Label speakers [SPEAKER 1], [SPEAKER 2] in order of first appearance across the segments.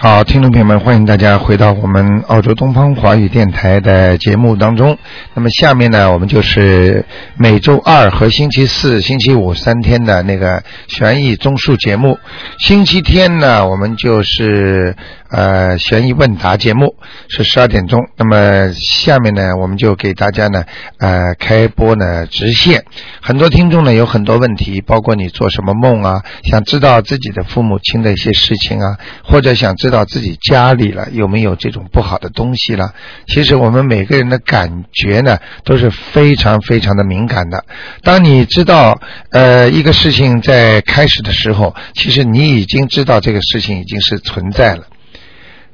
[SPEAKER 1] 好，听众朋友们，欢迎大家回到我们澳洲东方华语电台的节目当中。那么下面呢，我们就是每周二和星期四、星期五三天的那个悬疑综述节目。星期天呢，我们就是呃悬疑问答节目，是十二点钟。那么下面呢，我们就给大家呢呃开播呢直线。很多听众呢有很多问题，包括你做什么梦啊，想知道自己的父母亲的一些事情啊，或者想知道自己家里了有没有这种不好的东西了。其实我们每个人的感觉呢都是非常非常的敏感的。当你知道呃一个事情在开始的时候，其实你已经知道这个事情已经是存在了。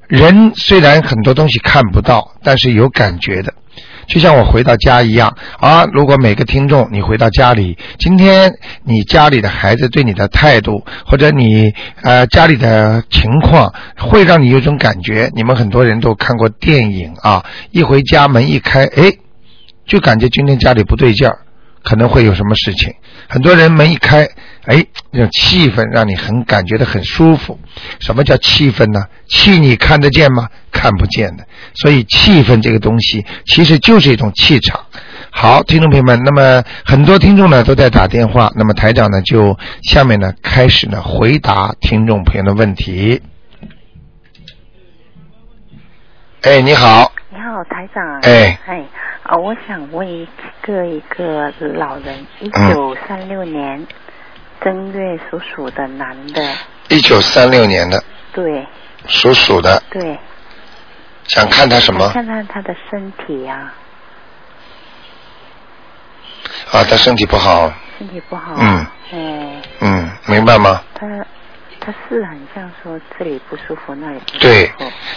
[SPEAKER 1] 人虽然很多东西看不到，但是有感觉的。就像我回到家一样啊！如果每个听众你回到家里，今天你家里的孩子对你的态度，或者你呃家里的情况，会让你有种感觉。你们很多人都看过电影啊，一回家门一开，哎，就感觉今天家里不对劲儿，可能会有什么事情。很多人门一开，哎，这种气氛让你很感觉的很舒服。什么叫气氛呢？气你看得见吗？看不见的。所以气氛这个东西其实就是一种气场。好，听众朋友们，那么很多听众呢都在打电话，那么台长呢就下面呢开始呢回答听众朋友的问题。哎，你好，
[SPEAKER 2] 你好，台长。
[SPEAKER 1] 哎
[SPEAKER 2] 哎，啊，我想问一个一个老人，一
[SPEAKER 1] 嗯
[SPEAKER 2] 九三六年正月属鼠的男的，
[SPEAKER 1] 一九三六年的
[SPEAKER 2] 对
[SPEAKER 1] 属鼠的，
[SPEAKER 2] 对。
[SPEAKER 1] 想看他什么
[SPEAKER 2] 看看他的身体啊，
[SPEAKER 1] 啊？他身体不好，
[SPEAKER 2] 身体不好。
[SPEAKER 1] 嗯。
[SPEAKER 2] 哎，
[SPEAKER 1] 嗯，明白吗？
[SPEAKER 2] 他他是很像说这里不舒服，那里不舒服。哦
[SPEAKER 1] 对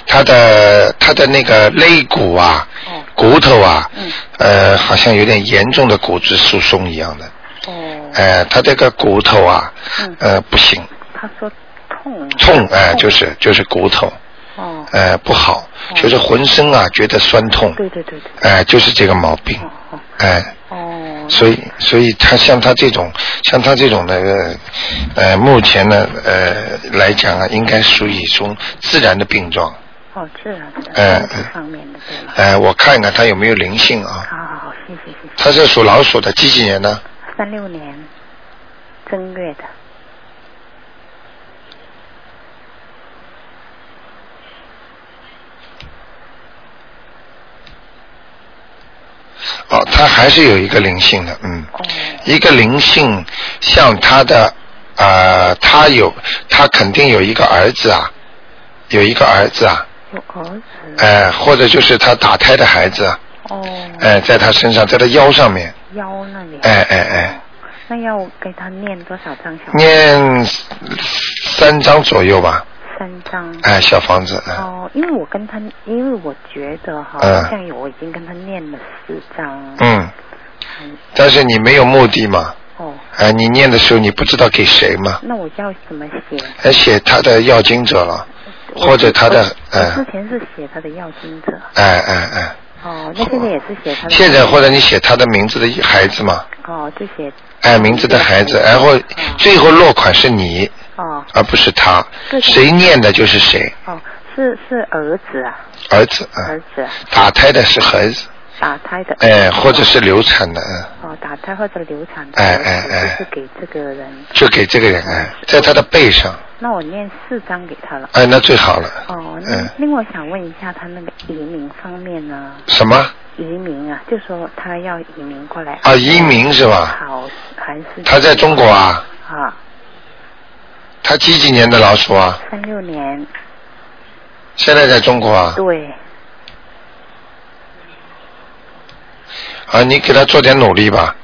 [SPEAKER 1] 他的他的那个肋骨啊，
[SPEAKER 2] 哦
[SPEAKER 1] 骨头啊，
[SPEAKER 2] 嗯
[SPEAKER 1] 呃，好像有点严重的骨质疏松一样的，
[SPEAKER 2] 哦。
[SPEAKER 1] 呃，他这个骨头啊，
[SPEAKER 2] 嗯
[SPEAKER 1] 呃，不行，
[SPEAKER 2] 他说痛。
[SPEAKER 1] 痛，哎、就是就是骨头，
[SPEAKER 2] 哦。
[SPEAKER 1] 呃，不好，就是浑身啊觉得酸痛，
[SPEAKER 2] 对对对对。
[SPEAKER 1] 哎、就是这个毛病，
[SPEAKER 2] 哦哦
[SPEAKER 1] 哎、
[SPEAKER 2] 哦。
[SPEAKER 1] 所以，所以他像他这种，像他这种那个，呃，目前呢，呃，来讲啊，应该属于一种自然的病状。
[SPEAKER 2] 哦，自然的，
[SPEAKER 1] 哎
[SPEAKER 2] 身体方面的对吗？
[SPEAKER 1] 呃，我看看他有没有灵性啊。
[SPEAKER 2] 好好好，谢谢谢谢。
[SPEAKER 1] 他是属老鼠的，几几年呢？
[SPEAKER 2] 三六年正月的，
[SPEAKER 1] 哦，他还是有一个灵性的，嗯，
[SPEAKER 2] 哦
[SPEAKER 1] 一个灵性像他的，呃，他有，他肯定有一个儿子啊，有一个儿子啊，
[SPEAKER 2] 有儿子，
[SPEAKER 1] 呃，或者就是他打胎的孩子啊，
[SPEAKER 2] 哦，
[SPEAKER 1] 呃，在他身上，在他腰上面，
[SPEAKER 2] 腰那里，
[SPEAKER 1] 哎哎哎，
[SPEAKER 2] 那要给他念多少张小？
[SPEAKER 1] 念三张左右吧，
[SPEAKER 2] 三张。
[SPEAKER 1] 哎，小房子，嗯
[SPEAKER 2] 哦，因为我跟他，因为我觉得哈，
[SPEAKER 1] 嗯
[SPEAKER 2] 好像我已经跟他念了四张，
[SPEAKER 1] 嗯，
[SPEAKER 2] 嗯，
[SPEAKER 1] 但是你没有目的嘛，
[SPEAKER 2] 哦，
[SPEAKER 1] 哎，你念的时候你不知道给谁嘛，
[SPEAKER 2] 那我要怎么写？
[SPEAKER 1] 还写他的要经者了，
[SPEAKER 2] 我
[SPEAKER 1] 或者他的
[SPEAKER 2] 我
[SPEAKER 1] 哎
[SPEAKER 2] 我之前是写他的要经者，
[SPEAKER 1] 哎哎哎，
[SPEAKER 2] 哦，那现在也是写他的，
[SPEAKER 1] 现在或者你写他的名字的孩子嘛，
[SPEAKER 2] 哦，就写
[SPEAKER 1] 哎，名字的孩子，然后最后落款是你，
[SPEAKER 2] 哦
[SPEAKER 1] 而不是他，
[SPEAKER 2] 对的
[SPEAKER 1] 谁念的就是谁，
[SPEAKER 2] 哦，是是儿子啊，
[SPEAKER 1] 儿子啊，
[SPEAKER 2] 儿
[SPEAKER 1] 嗯
[SPEAKER 2] 子啊
[SPEAKER 1] 打胎的是孩子，
[SPEAKER 2] 打胎的，
[SPEAKER 1] 哎，或者是流产的，嗯
[SPEAKER 2] 哦，打胎或者流产的
[SPEAKER 1] 哎
[SPEAKER 2] 儿子，
[SPEAKER 1] 哎哎
[SPEAKER 2] 就是给这个人。
[SPEAKER 1] 就给这个人，哎，在他的背上，
[SPEAKER 2] 那我念四张给他了。
[SPEAKER 1] 哎，那最好了，
[SPEAKER 2] 哦，那
[SPEAKER 1] 嗯，
[SPEAKER 2] 另外想问一下他那个移民方面呢？
[SPEAKER 1] 什么
[SPEAKER 2] 移民啊，就说他要移民过来。
[SPEAKER 1] 啊？移民是吧？
[SPEAKER 2] 好还是？
[SPEAKER 1] 他在中国啊？
[SPEAKER 2] 啊，
[SPEAKER 1] 他几几年的老鼠啊？
[SPEAKER 2] 三六年，
[SPEAKER 1] 现在在中国啊？
[SPEAKER 2] 对，
[SPEAKER 1] 啊，你给他做点努力吧，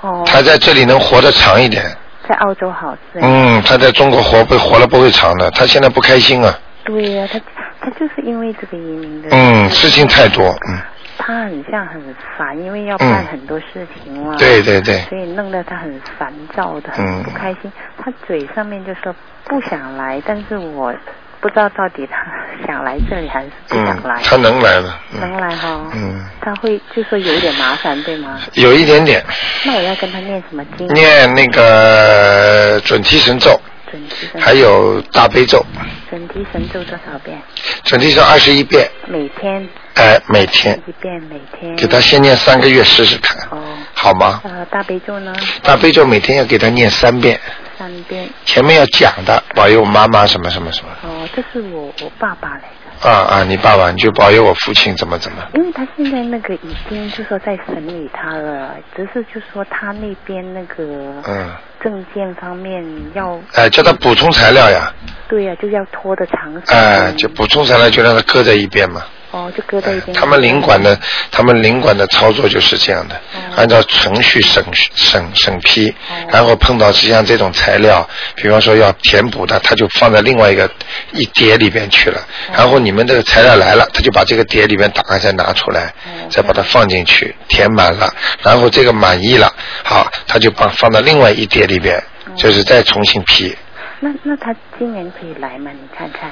[SPEAKER 2] 哦，
[SPEAKER 1] 他在这里能活得长一点。
[SPEAKER 2] 在澳洲好是？
[SPEAKER 1] 嗯，他在中国活不活了不会长的，他现在不开心啊。
[SPEAKER 2] 对呀、他他就是因为这个移民的，
[SPEAKER 1] 嗯，事情太多。嗯，
[SPEAKER 2] 他很像很烦，因为要办
[SPEAKER 1] 嗯
[SPEAKER 2] 很多事情嘛。
[SPEAKER 1] 对对对，
[SPEAKER 2] 所以弄得他很烦躁的，
[SPEAKER 1] 哎嗯
[SPEAKER 2] 很不开心。他嘴上面就说不想来，但是我不知道到底他想来这里还是不
[SPEAKER 1] 嗯
[SPEAKER 2] 想来，。
[SPEAKER 1] 他能来了。
[SPEAKER 2] 能
[SPEAKER 1] 嗯，
[SPEAKER 2] 来哈、
[SPEAKER 1] 嗯
[SPEAKER 2] 他会就说有点麻烦，对吗？
[SPEAKER 1] 有一点点
[SPEAKER 2] 那我要跟他念什么经？
[SPEAKER 1] 念那个准提神咒，
[SPEAKER 2] 准提神咒
[SPEAKER 1] 还有大悲咒，
[SPEAKER 2] 准提神咒多少遍？
[SPEAKER 1] 准提咒二十一遍，
[SPEAKER 2] 每天
[SPEAKER 1] 哎，每天
[SPEAKER 2] 一遍，每天。
[SPEAKER 1] 给他先念三个月试试看，
[SPEAKER 2] 哦，
[SPEAKER 1] 好吗？
[SPEAKER 2] 呃，大悲咒呢，
[SPEAKER 1] 大悲咒每天要给他念三遍，
[SPEAKER 2] 三遍。
[SPEAKER 1] 前面要讲的，保佑我妈妈什么什么什么，
[SPEAKER 2] 哦，这是我我爸爸来的，
[SPEAKER 1] 啊啊，你爸爸你就保佑我父亲怎么怎么，
[SPEAKER 2] 因为他现在那个已经就说在审理他了，只是就说他那边那个
[SPEAKER 1] 嗯，
[SPEAKER 2] 证件方面要
[SPEAKER 1] 哎，叫他补充材料呀，
[SPEAKER 2] 对呀、啊就要拖的长时间。
[SPEAKER 1] 哎，就补充材料就让他搁在一边嘛。
[SPEAKER 2] 哦，就搁在一边。
[SPEAKER 1] 他们领馆的，他们领馆的操作就是这样的，
[SPEAKER 2] 哦
[SPEAKER 1] 按照程序审审审批
[SPEAKER 2] 哦，
[SPEAKER 1] 然后碰到像这种材料，比方说要填补的，他就放在另外一个一叠里边去了。
[SPEAKER 2] 哦
[SPEAKER 1] 然后你们这个材料来了，他就把这个叠里边打开再拿出来
[SPEAKER 2] 哦，
[SPEAKER 1] 再把它放进去，填满了，然后这个满意了，好，他就把放到另外一叠里边，
[SPEAKER 2] 哦
[SPEAKER 1] 就是再重新批。
[SPEAKER 2] 那那他今年可以来吗？你看看。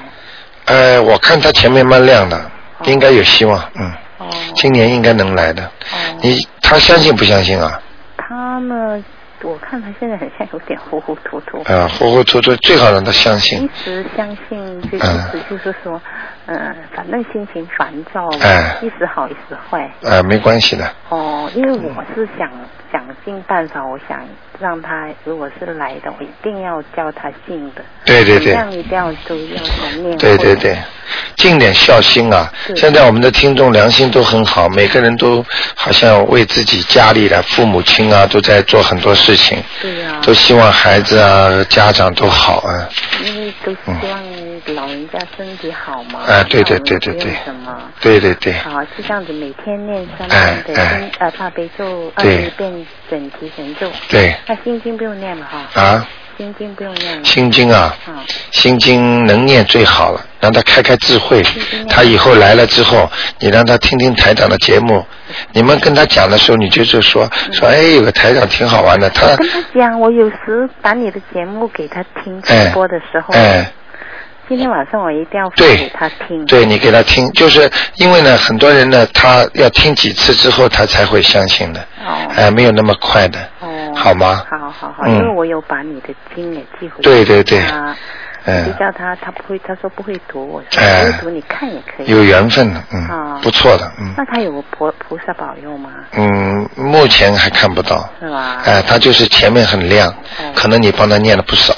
[SPEAKER 1] 呃，我看他前面蛮亮的，
[SPEAKER 2] 哦
[SPEAKER 1] 应该有希望，嗯，
[SPEAKER 2] 哦。
[SPEAKER 1] 今年应该能来的。
[SPEAKER 2] 哦。
[SPEAKER 1] 你他相信不相信啊？
[SPEAKER 2] 他呢？我看他现在很像有点糊糊涂涂。
[SPEAKER 1] 啊，糊糊涂涂，最好让他相
[SPEAKER 2] 一
[SPEAKER 1] 信。
[SPEAKER 2] 直相信，就一直
[SPEAKER 1] 嗯
[SPEAKER 2] 就是说，呃，反正心情烦躁，
[SPEAKER 1] 哎
[SPEAKER 2] 一时好一时坏。
[SPEAKER 1] 啊，没关系的。
[SPEAKER 2] 哦，因为我是想想尽办法，我想让他如果是来的，我一定要叫他信的。
[SPEAKER 1] 对对对
[SPEAKER 2] 这，样一定要都要他念。
[SPEAKER 1] 嗯对对对。，尽点孝心啊！
[SPEAKER 2] 对
[SPEAKER 1] 现在我们的听众良心都很好，每个人都好像为自己家里的父母亲啊，都在做很多事情，
[SPEAKER 2] 对啊呀、
[SPEAKER 1] 都希望孩子啊、家长都好啊。
[SPEAKER 2] 因为都希望老人家身体好嘛。
[SPEAKER 1] 哎嗯对对
[SPEAKER 2] 老人
[SPEAKER 1] 对对
[SPEAKER 2] 不用
[SPEAKER 1] 对
[SPEAKER 2] 什么？
[SPEAKER 1] 对对对，
[SPEAKER 2] 好，就这样子，每天念三
[SPEAKER 1] 哎
[SPEAKER 2] 遍的
[SPEAKER 1] 哎
[SPEAKER 2] 心呃大悲咒，二
[SPEAKER 1] 对
[SPEAKER 2] 十一遍准提神咒。
[SPEAKER 1] 对
[SPEAKER 2] 那心经不用念了哈，
[SPEAKER 1] 啊，
[SPEAKER 2] 心经不用念了。
[SPEAKER 1] 心经啊，
[SPEAKER 2] 啊，
[SPEAKER 1] 心经能念最好了，让他开开智慧。他以后来了之后，你让他听听台长的节目。你们跟他讲的时候，你就是说
[SPEAKER 2] 嗯
[SPEAKER 1] 说，哎，有个台长挺好玩的，他
[SPEAKER 2] 我跟他讲，我有时把你的节目给他听
[SPEAKER 1] 哎
[SPEAKER 2] 直播的时候，
[SPEAKER 1] 哎，
[SPEAKER 2] 今天晚上我一定要放
[SPEAKER 1] 对
[SPEAKER 2] 给他听。
[SPEAKER 1] 对你给他听，就是因为呢，很多人呢，他要听几次之后，他才会相信的，
[SPEAKER 2] 哦
[SPEAKER 1] 哎，没有那么快的，
[SPEAKER 2] 哦，
[SPEAKER 1] 好吗？
[SPEAKER 2] 好好好，
[SPEAKER 1] 嗯
[SPEAKER 2] 因为我有把你的经也寄回去。
[SPEAKER 1] 对对对
[SPEAKER 2] 他
[SPEAKER 1] 嗯
[SPEAKER 2] 就叫他，他不会，他说不会读，我说
[SPEAKER 1] 哎
[SPEAKER 2] 不会读，你看也可以。
[SPEAKER 1] 有缘分的，嗯
[SPEAKER 2] 哦，
[SPEAKER 1] 不错的，嗯
[SPEAKER 2] 那他有菩菩萨保佑吗？
[SPEAKER 1] 嗯，目前还看不到，
[SPEAKER 2] 是吧？
[SPEAKER 1] 哎，他就是前面很亮，
[SPEAKER 2] 哦
[SPEAKER 1] 可能你帮他念了不少。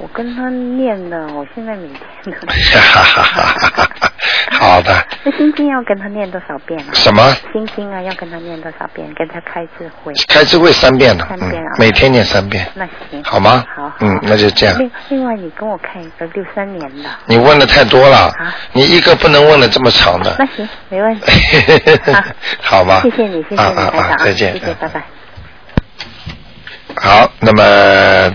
[SPEAKER 2] 我跟他念的，我现在每天都 念。
[SPEAKER 1] 哈哈哈哈哈哈！ 好的，
[SPEAKER 2] 那心经要跟他念多少遍啊？
[SPEAKER 1] 什么？
[SPEAKER 2] 心经啊，要跟他念多少遍？跟他开智慧。
[SPEAKER 1] 开智慧三遍了，
[SPEAKER 2] 三
[SPEAKER 1] 嗯
[SPEAKER 2] 遍啊，
[SPEAKER 1] 每天念三遍，
[SPEAKER 2] 那行。
[SPEAKER 1] 好吗？
[SPEAKER 2] 好好。
[SPEAKER 1] 嗯，那就这样。嗯
[SPEAKER 2] 另另外，你跟我看一个六三年的。
[SPEAKER 1] 你问的太多了
[SPEAKER 2] 啊，
[SPEAKER 1] 你一个不能问的这么长的。
[SPEAKER 2] 那。行，没问题 好，
[SPEAKER 1] 好吧
[SPEAKER 2] 谢谢你，谢谢你，
[SPEAKER 1] 啊
[SPEAKER 2] 台
[SPEAKER 1] 啊啊
[SPEAKER 2] 长啊，
[SPEAKER 1] 再见
[SPEAKER 2] 谢谢，拜拜。
[SPEAKER 1] 好，那么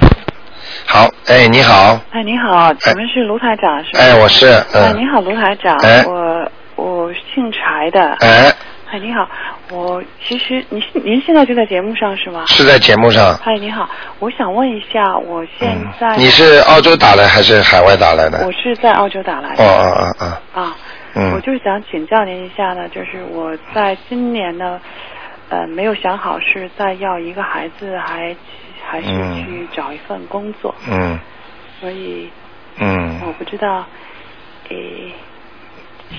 [SPEAKER 1] 好，哎，你好，
[SPEAKER 3] 哎，你好，请问是卢台长是吗？
[SPEAKER 1] 哎，我是，
[SPEAKER 3] 哎，你
[SPEAKER 1] 嗯，
[SPEAKER 3] 好，卢台长，
[SPEAKER 1] 哎
[SPEAKER 3] 我我姓柴的。
[SPEAKER 1] 哎，
[SPEAKER 3] 哎，你好，我其实您您现在就在节目上是吗？
[SPEAKER 1] 是在节目上。
[SPEAKER 3] 哎，你好，我想问一下，我现
[SPEAKER 1] 嗯
[SPEAKER 3] 在、，
[SPEAKER 1] 你是澳洲打来还是海外打来的？
[SPEAKER 3] 我是在澳洲打来
[SPEAKER 1] 哦
[SPEAKER 3] 的、
[SPEAKER 1] 哦哦哦，
[SPEAKER 3] 啊，我
[SPEAKER 1] 嗯，
[SPEAKER 3] 就是想请教您一下呢，就是我在今年呢，呃，没有想好是再要一个孩子，还还是
[SPEAKER 1] 嗯
[SPEAKER 3] 去找一份工作，
[SPEAKER 1] 嗯
[SPEAKER 3] 所以我
[SPEAKER 1] 嗯，
[SPEAKER 3] 不知道，诶，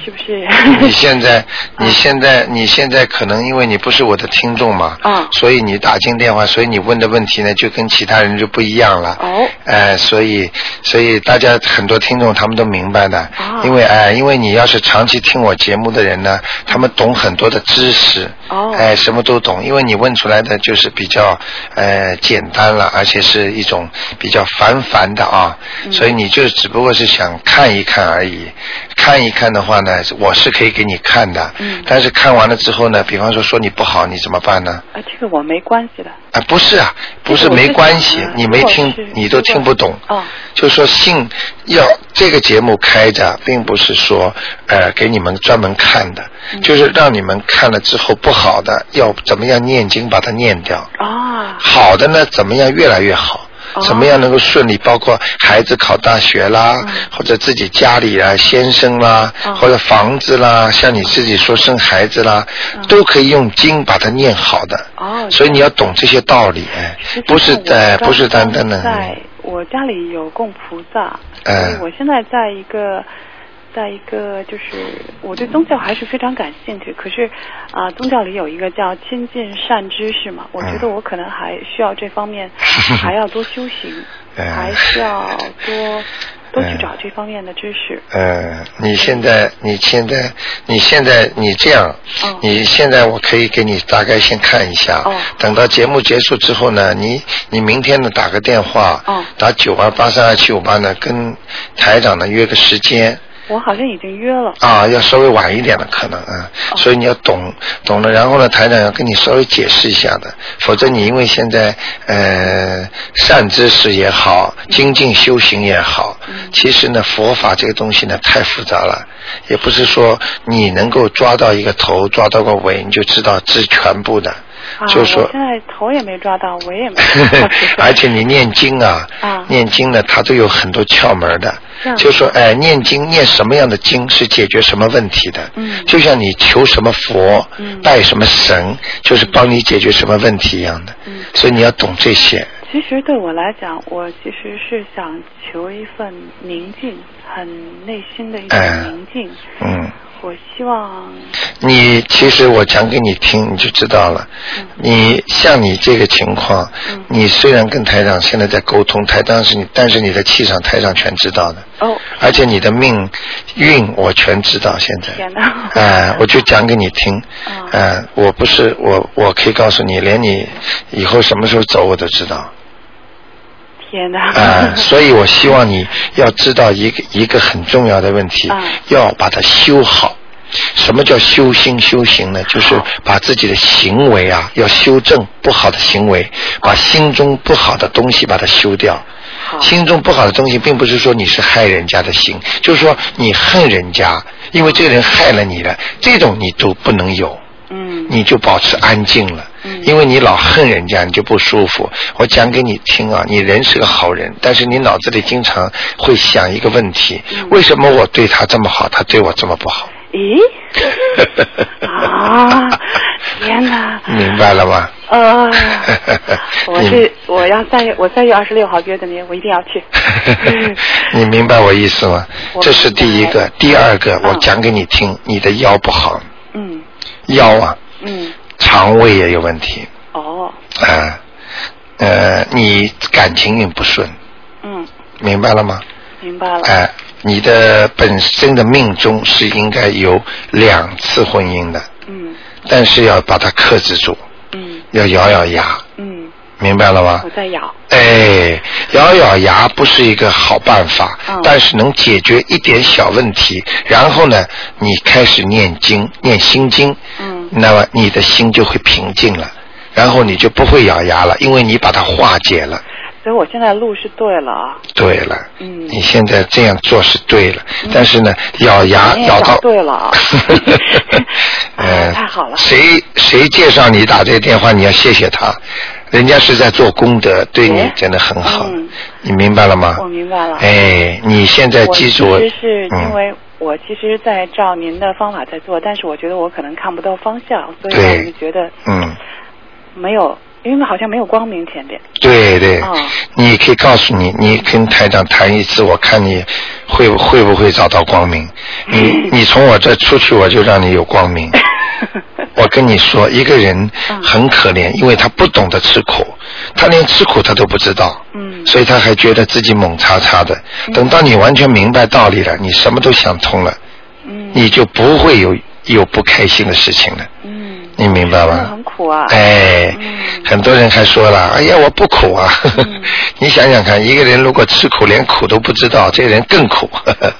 [SPEAKER 3] 是不是？
[SPEAKER 1] 你现在
[SPEAKER 3] 嗯
[SPEAKER 1] 你现在你现在可能因为你不是我的听众嘛，
[SPEAKER 3] 啊
[SPEAKER 1] 所以你打进电话，所以你问的问题呢就跟其他人就不一样了。
[SPEAKER 3] 哦，
[SPEAKER 1] 哎，所以所以大家很多听众他们都明白的，
[SPEAKER 3] 哦
[SPEAKER 1] 因为哎，因为你要是长期听我节目的人呢，他们懂很多的知识，
[SPEAKER 3] 哦
[SPEAKER 1] 哎，什么都懂，因为你问出来的就是比较呃简单了，而且是一种比较繁繁的啊，所以你就只不过是想看一看而已，看一看的话呢，我是可以给你看的，
[SPEAKER 3] 嗯
[SPEAKER 1] 但是看完了之后呢，比方说说你不好，你怎么办呢？
[SPEAKER 3] 啊，这个我没关系的。
[SPEAKER 1] 啊，不是啊，不是
[SPEAKER 3] 这个我
[SPEAKER 1] 没
[SPEAKER 3] 知道
[SPEAKER 1] 关系
[SPEAKER 3] 啊，
[SPEAKER 1] 你
[SPEAKER 3] 如
[SPEAKER 1] 没
[SPEAKER 3] 果
[SPEAKER 1] 听
[SPEAKER 3] 是，
[SPEAKER 1] 你都
[SPEAKER 3] 如果
[SPEAKER 1] 听不懂。
[SPEAKER 3] 哦
[SPEAKER 1] 就说信要这个节目开着，并不是说呃给你们专门看的，
[SPEAKER 3] 嗯
[SPEAKER 1] 就是让你们看了之后不好的要怎么样念经把它念掉，
[SPEAKER 3] 啊，
[SPEAKER 1] 好的呢怎么样越来越好。
[SPEAKER 3] 哦
[SPEAKER 1] 怎么样能够顺利？包括孩子考大学啦，
[SPEAKER 3] 嗯
[SPEAKER 1] 或者自己家里啊、先生啦，
[SPEAKER 3] 嗯
[SPEAKER 1] 或者房子啦，像你自己说生孩子啦，都可以用经把它念好的。
[SPEAKER 3] 哦，
[SPEAKER 1] 所以你要懂这些道理，哎
[SPEAKER 3] 实际上
[SPEAKER 1] 不是
[SPEAKER 3] 我
[SPEAKER 1] 呃
[SPEAKER 3] 刚
[SPEAKER 1] 不是单单
[SPEAKER 3] 刚
[SPEAKER 1] 的，
[SPEAKER 3] 在我家里有供菩萨，所
[SPEAKER 1] 哎
[SPEAKER 3] 以我现在在一个。在一个就是我对宗教还是非常感兴趣，可是啊、宗教里有一个叫亲近善知识嘛，我
[SPEAKER 1] 嗯
[SPEAKER 3] 觉得我可能还需要这 方面还要多修行，
[SPEAKER 1] 哎
[SPEAKER 3] 还需要多多
[SPEAKER 1] 哎
[SPEAKER 3] 去找这方面的知识。
[SPEAKER 1] 呃，你现在，你现在，你现在，你这样，
[SPEAKER 3] 嗯
[SPEAKER 1] 你现在我可以给你大概先看一下，
[SPEAKER 3] 哦
[SPEAKER 1] 等到节目结束之后呢，你你明天呢打个电话，
[SPEAKER 3] 哦
[SPEAKER 1] 打九二八三二七五八呢，跟台长呢约个时间，
[SPEAKER 3] 我好像已经约了。
[SPEAKER 1] 啊，要稍微晚一点的可能啊，
[SPEAKER 3] 哦
[SPEAKER 1] 所以你要懂懂了，然后呢，台长要跟你稍微解释一下的，否则你因为现在呃善知识也好，精进修行也好，
[SPEAKER 3] 嗯
[SPEAKER 1] 其实呢佛法这个东西呢太复杂了，也不是说你能够抓到一个头，抓到个尾，你就知道知全部的，
[SPEAKER 3] 啊，
[SPEAKER 1] 就是说
[SPEAKER 3] 我现在头也没抓到，尾也 没抓到
[SPEAKER 1] 而且你念经啊，
[SPEAKER 3] 啊嗯
[SPEAKER 1] 念经呢，它都有很多窍门的
[SPEAKER 3] 这。样
[SPEAKER 1] 就说，哎，念经念什么样的经是解决什么问题的？
[SPEAKER 3] 嗯
[SPEAKER 1] 就像你求什么佛，
[SPEAKER 3] 嗯
[SPEAKER 1] 拜什么神，就是帮你解决什么问题一样的。
[SPEAKER 3] 嗯
[SPEAKER 1] 所以你要懂这些。
[SPEAKER 3] 其实对我来讲，我其实是想求一份宁静，很内心的一种
[SPEAKER 1] 哎
[SPEAKER 3] 宁静。
[SPEAKER 1] 嗯，
[SPEAKER 3] 我希望，
[SPEAKER 1] 你其实我讲给你听，你就知道了。
[SPEAKER 3] 嗯
[SPEAKER 1] 你像你这个情况，
[SPEAKER 3] 嗯
[SPEAKER 1] 你虽然跟台长现在在沟通，台长是你，但是你的气场台长全知道的。
[SPEAKER 3] 哦，
[SPEAKER 1] 而且你的命运我全知道，现在。
[SPEAKER 3] 天哪
[SPEAKER 1] 哎、我就讲给你听。
[SPEAKER 3] 啊
[SPEAKER 1] 哎、我不是我，我可以告诉你，连你以后什么时候走我都知道。
[SPEAKER 3] 天哪！
[SPEAKER 1] 啊、所以我希望你要知道一个一个很重要的问题，
[SPEAKER 3] 啊
[SPEAKER 1] 要把它修好。什么叫修心修行呢？就是
[SPEAKER 3] 好
[SPEAKER 1] 把自己的行为啊，要修正不好的行为，把心中不好的东西把它修掉。
[SPEAKER 3] 好
[SPEAKER 1] 心中不好的东西，并不是说你是害人家的心，就是说你恨人家，因为这个人害了你了，这种你都不能有。
[SPEAKER 3] 嗯，
[SPEAKER 1] 你就保持安静了。
[SPEAKER 3] 嗯
[SPEAKER 1] 因为你老恨人家，你就不舒服。我讲给你听啊，你人是个好人，但是你脑子里经常会想一个问题：
[SPEAKER 3] 嗯
[SPEAKER 1] 为什么我对他这么好，他对我这么不好？
[SPEAKER 3] 咦？ 啊！天哪！
[SPEAKER 1] 明白了吗？
[SPEAKER 3] 呃，我
[SPEAKER 1] 你。
[SPEAKER 3] 是我要三月，我三月二十六号约的您，我一定要去嗯
[SPEAKER 1] 你明白我意思吗？
[SPEAKER 3] 我
[SPEAKER 1] 这是第一个
[SPEAKER 3] 明白，
[SPEAKER 1] 第二个我
[SPEAKER 3] 嗯
[SPEAKER 1] 讲给你听，你的腰不好，
[SPEAKER 3] 嗯
[SPEAKER 1] 腰啊，
[SPEAKER 3] 嗯，
[SPEAKER 1] 肠胃也有问题
[SPEAKER 3] 哦，
[SPEAKER 1] 啊，呃，你感情运不顺，
[SPEAKER 3] 嗯，
[SPEAKER 1] 明白了吗？
[SPEAKER 3] 明白了。
[SPEAKER 1] 哎、你的本身的命中是应该有两次婚姻的，
[SPEAKER 3] 嗯
[SPEAKER 1] 但是要把它克制住，
[SPEAKER 3] 嗯
[SPEAKER 1] 要咬咬牙，
[SPEAKER 3] 嗯，
[SPEAKER 1] 明白了吗
[SPEAKER 3] 我？在咬。
[SPEAKER 1] 哎，咬咬牙不是一个好办法，
[SPEAKER 3] 嗯
[SPEAKER 1] 但是能解决一点小问题。然后呢，你开始念经，念心经，
[SPEAKER 3] 嗯
[SPEAKER 1] 那么你的心就会平静了，然后你就不会咬牙了，因为你把它化解了。
[SPEAKER 3] 所以我现在路是对了啊。
[SPEAKER 1] 对了，
[SPEAKER 3] 嗯
[SPEAKER 1] 你现在这样做是对了，
[SPEAKER 3] 嗯
[SPEAKER 1] 但是呢，咬牙
[SPEAKER 3] 你也
[SPEAKER 1] 咬到，
[SPEAKER 3] 答对 了啊
[SPEAKER 1] 呃
[SPEAKER 3] 哎太好了
[SPEAKER 1] 谁谁介绍你打这个电话，你要谢谢他，人家是在做功德，对你
[SPEAKER 3] 哎
[SPEAKER 1] 真的很好，
[SPEAKER 3] 嗯
[SPEAKER 1] 你明白了吗？
[SPEAKER 3] 我明白了
[SPEAKER 1] 哎，你现在
[SPEAKER 3] 我
[SPEAKER 1] 记
[SPEAKER 3] 其
[SPEAKER 1] 住，
[SPEAKER 3] 实是因
[SPEAKER 1] 嗯，
[SPEAKER 3] 为我其实，在照您的方法在做，但是我觉得我可能看不到方向，所以
[SPEAKER 1] 对
[SPEAKER 3] 我就觉得
[SPEAKER 1] 嗯，
[SPEAKER 3] 没有，因为好像没有光明前边。
[SPEAKER 1] 对对，
[SPEAKER 3] 哦
[SPEAKER 1] 你可以告诉你，你跟台长谈一次，我看你会会不会找到光明。 你你从我这出去，我就让你有光明。我跟你说，一个人
[SPEAKER 3] 嗯
[SPEAKER 1] 很可怜，因为他不懂得吃苦，他连吃苦他都不知道，
[SPEAKER 3] 嗯
[SPEAKER 1] 所以他还觉得自己猛叉叉的。等到你完全明白道理了，你什么都想通了，
[SPEAKER 3] 嗯
[SPEAKER 1] 你就不会有有不开心的事情了。
[SPEAKER 3] 嗯，
[SPEAKER 1] 你明白
[SPEAKER 3] 真的
[SPEAKER 1] 吗？
[SPEAKER 3] 很苦啊。
[SPEAKER 1] 哎，
[SPEAKER 3] 嗯
[SPEAKER 1] 很多人还说了，哎呀，我不苦啊。
[SPEAKER 3] 嗯
[SPEAKER 1] 你想想看，一个人如果吃苦，连苦都不知道，这个人更 苦。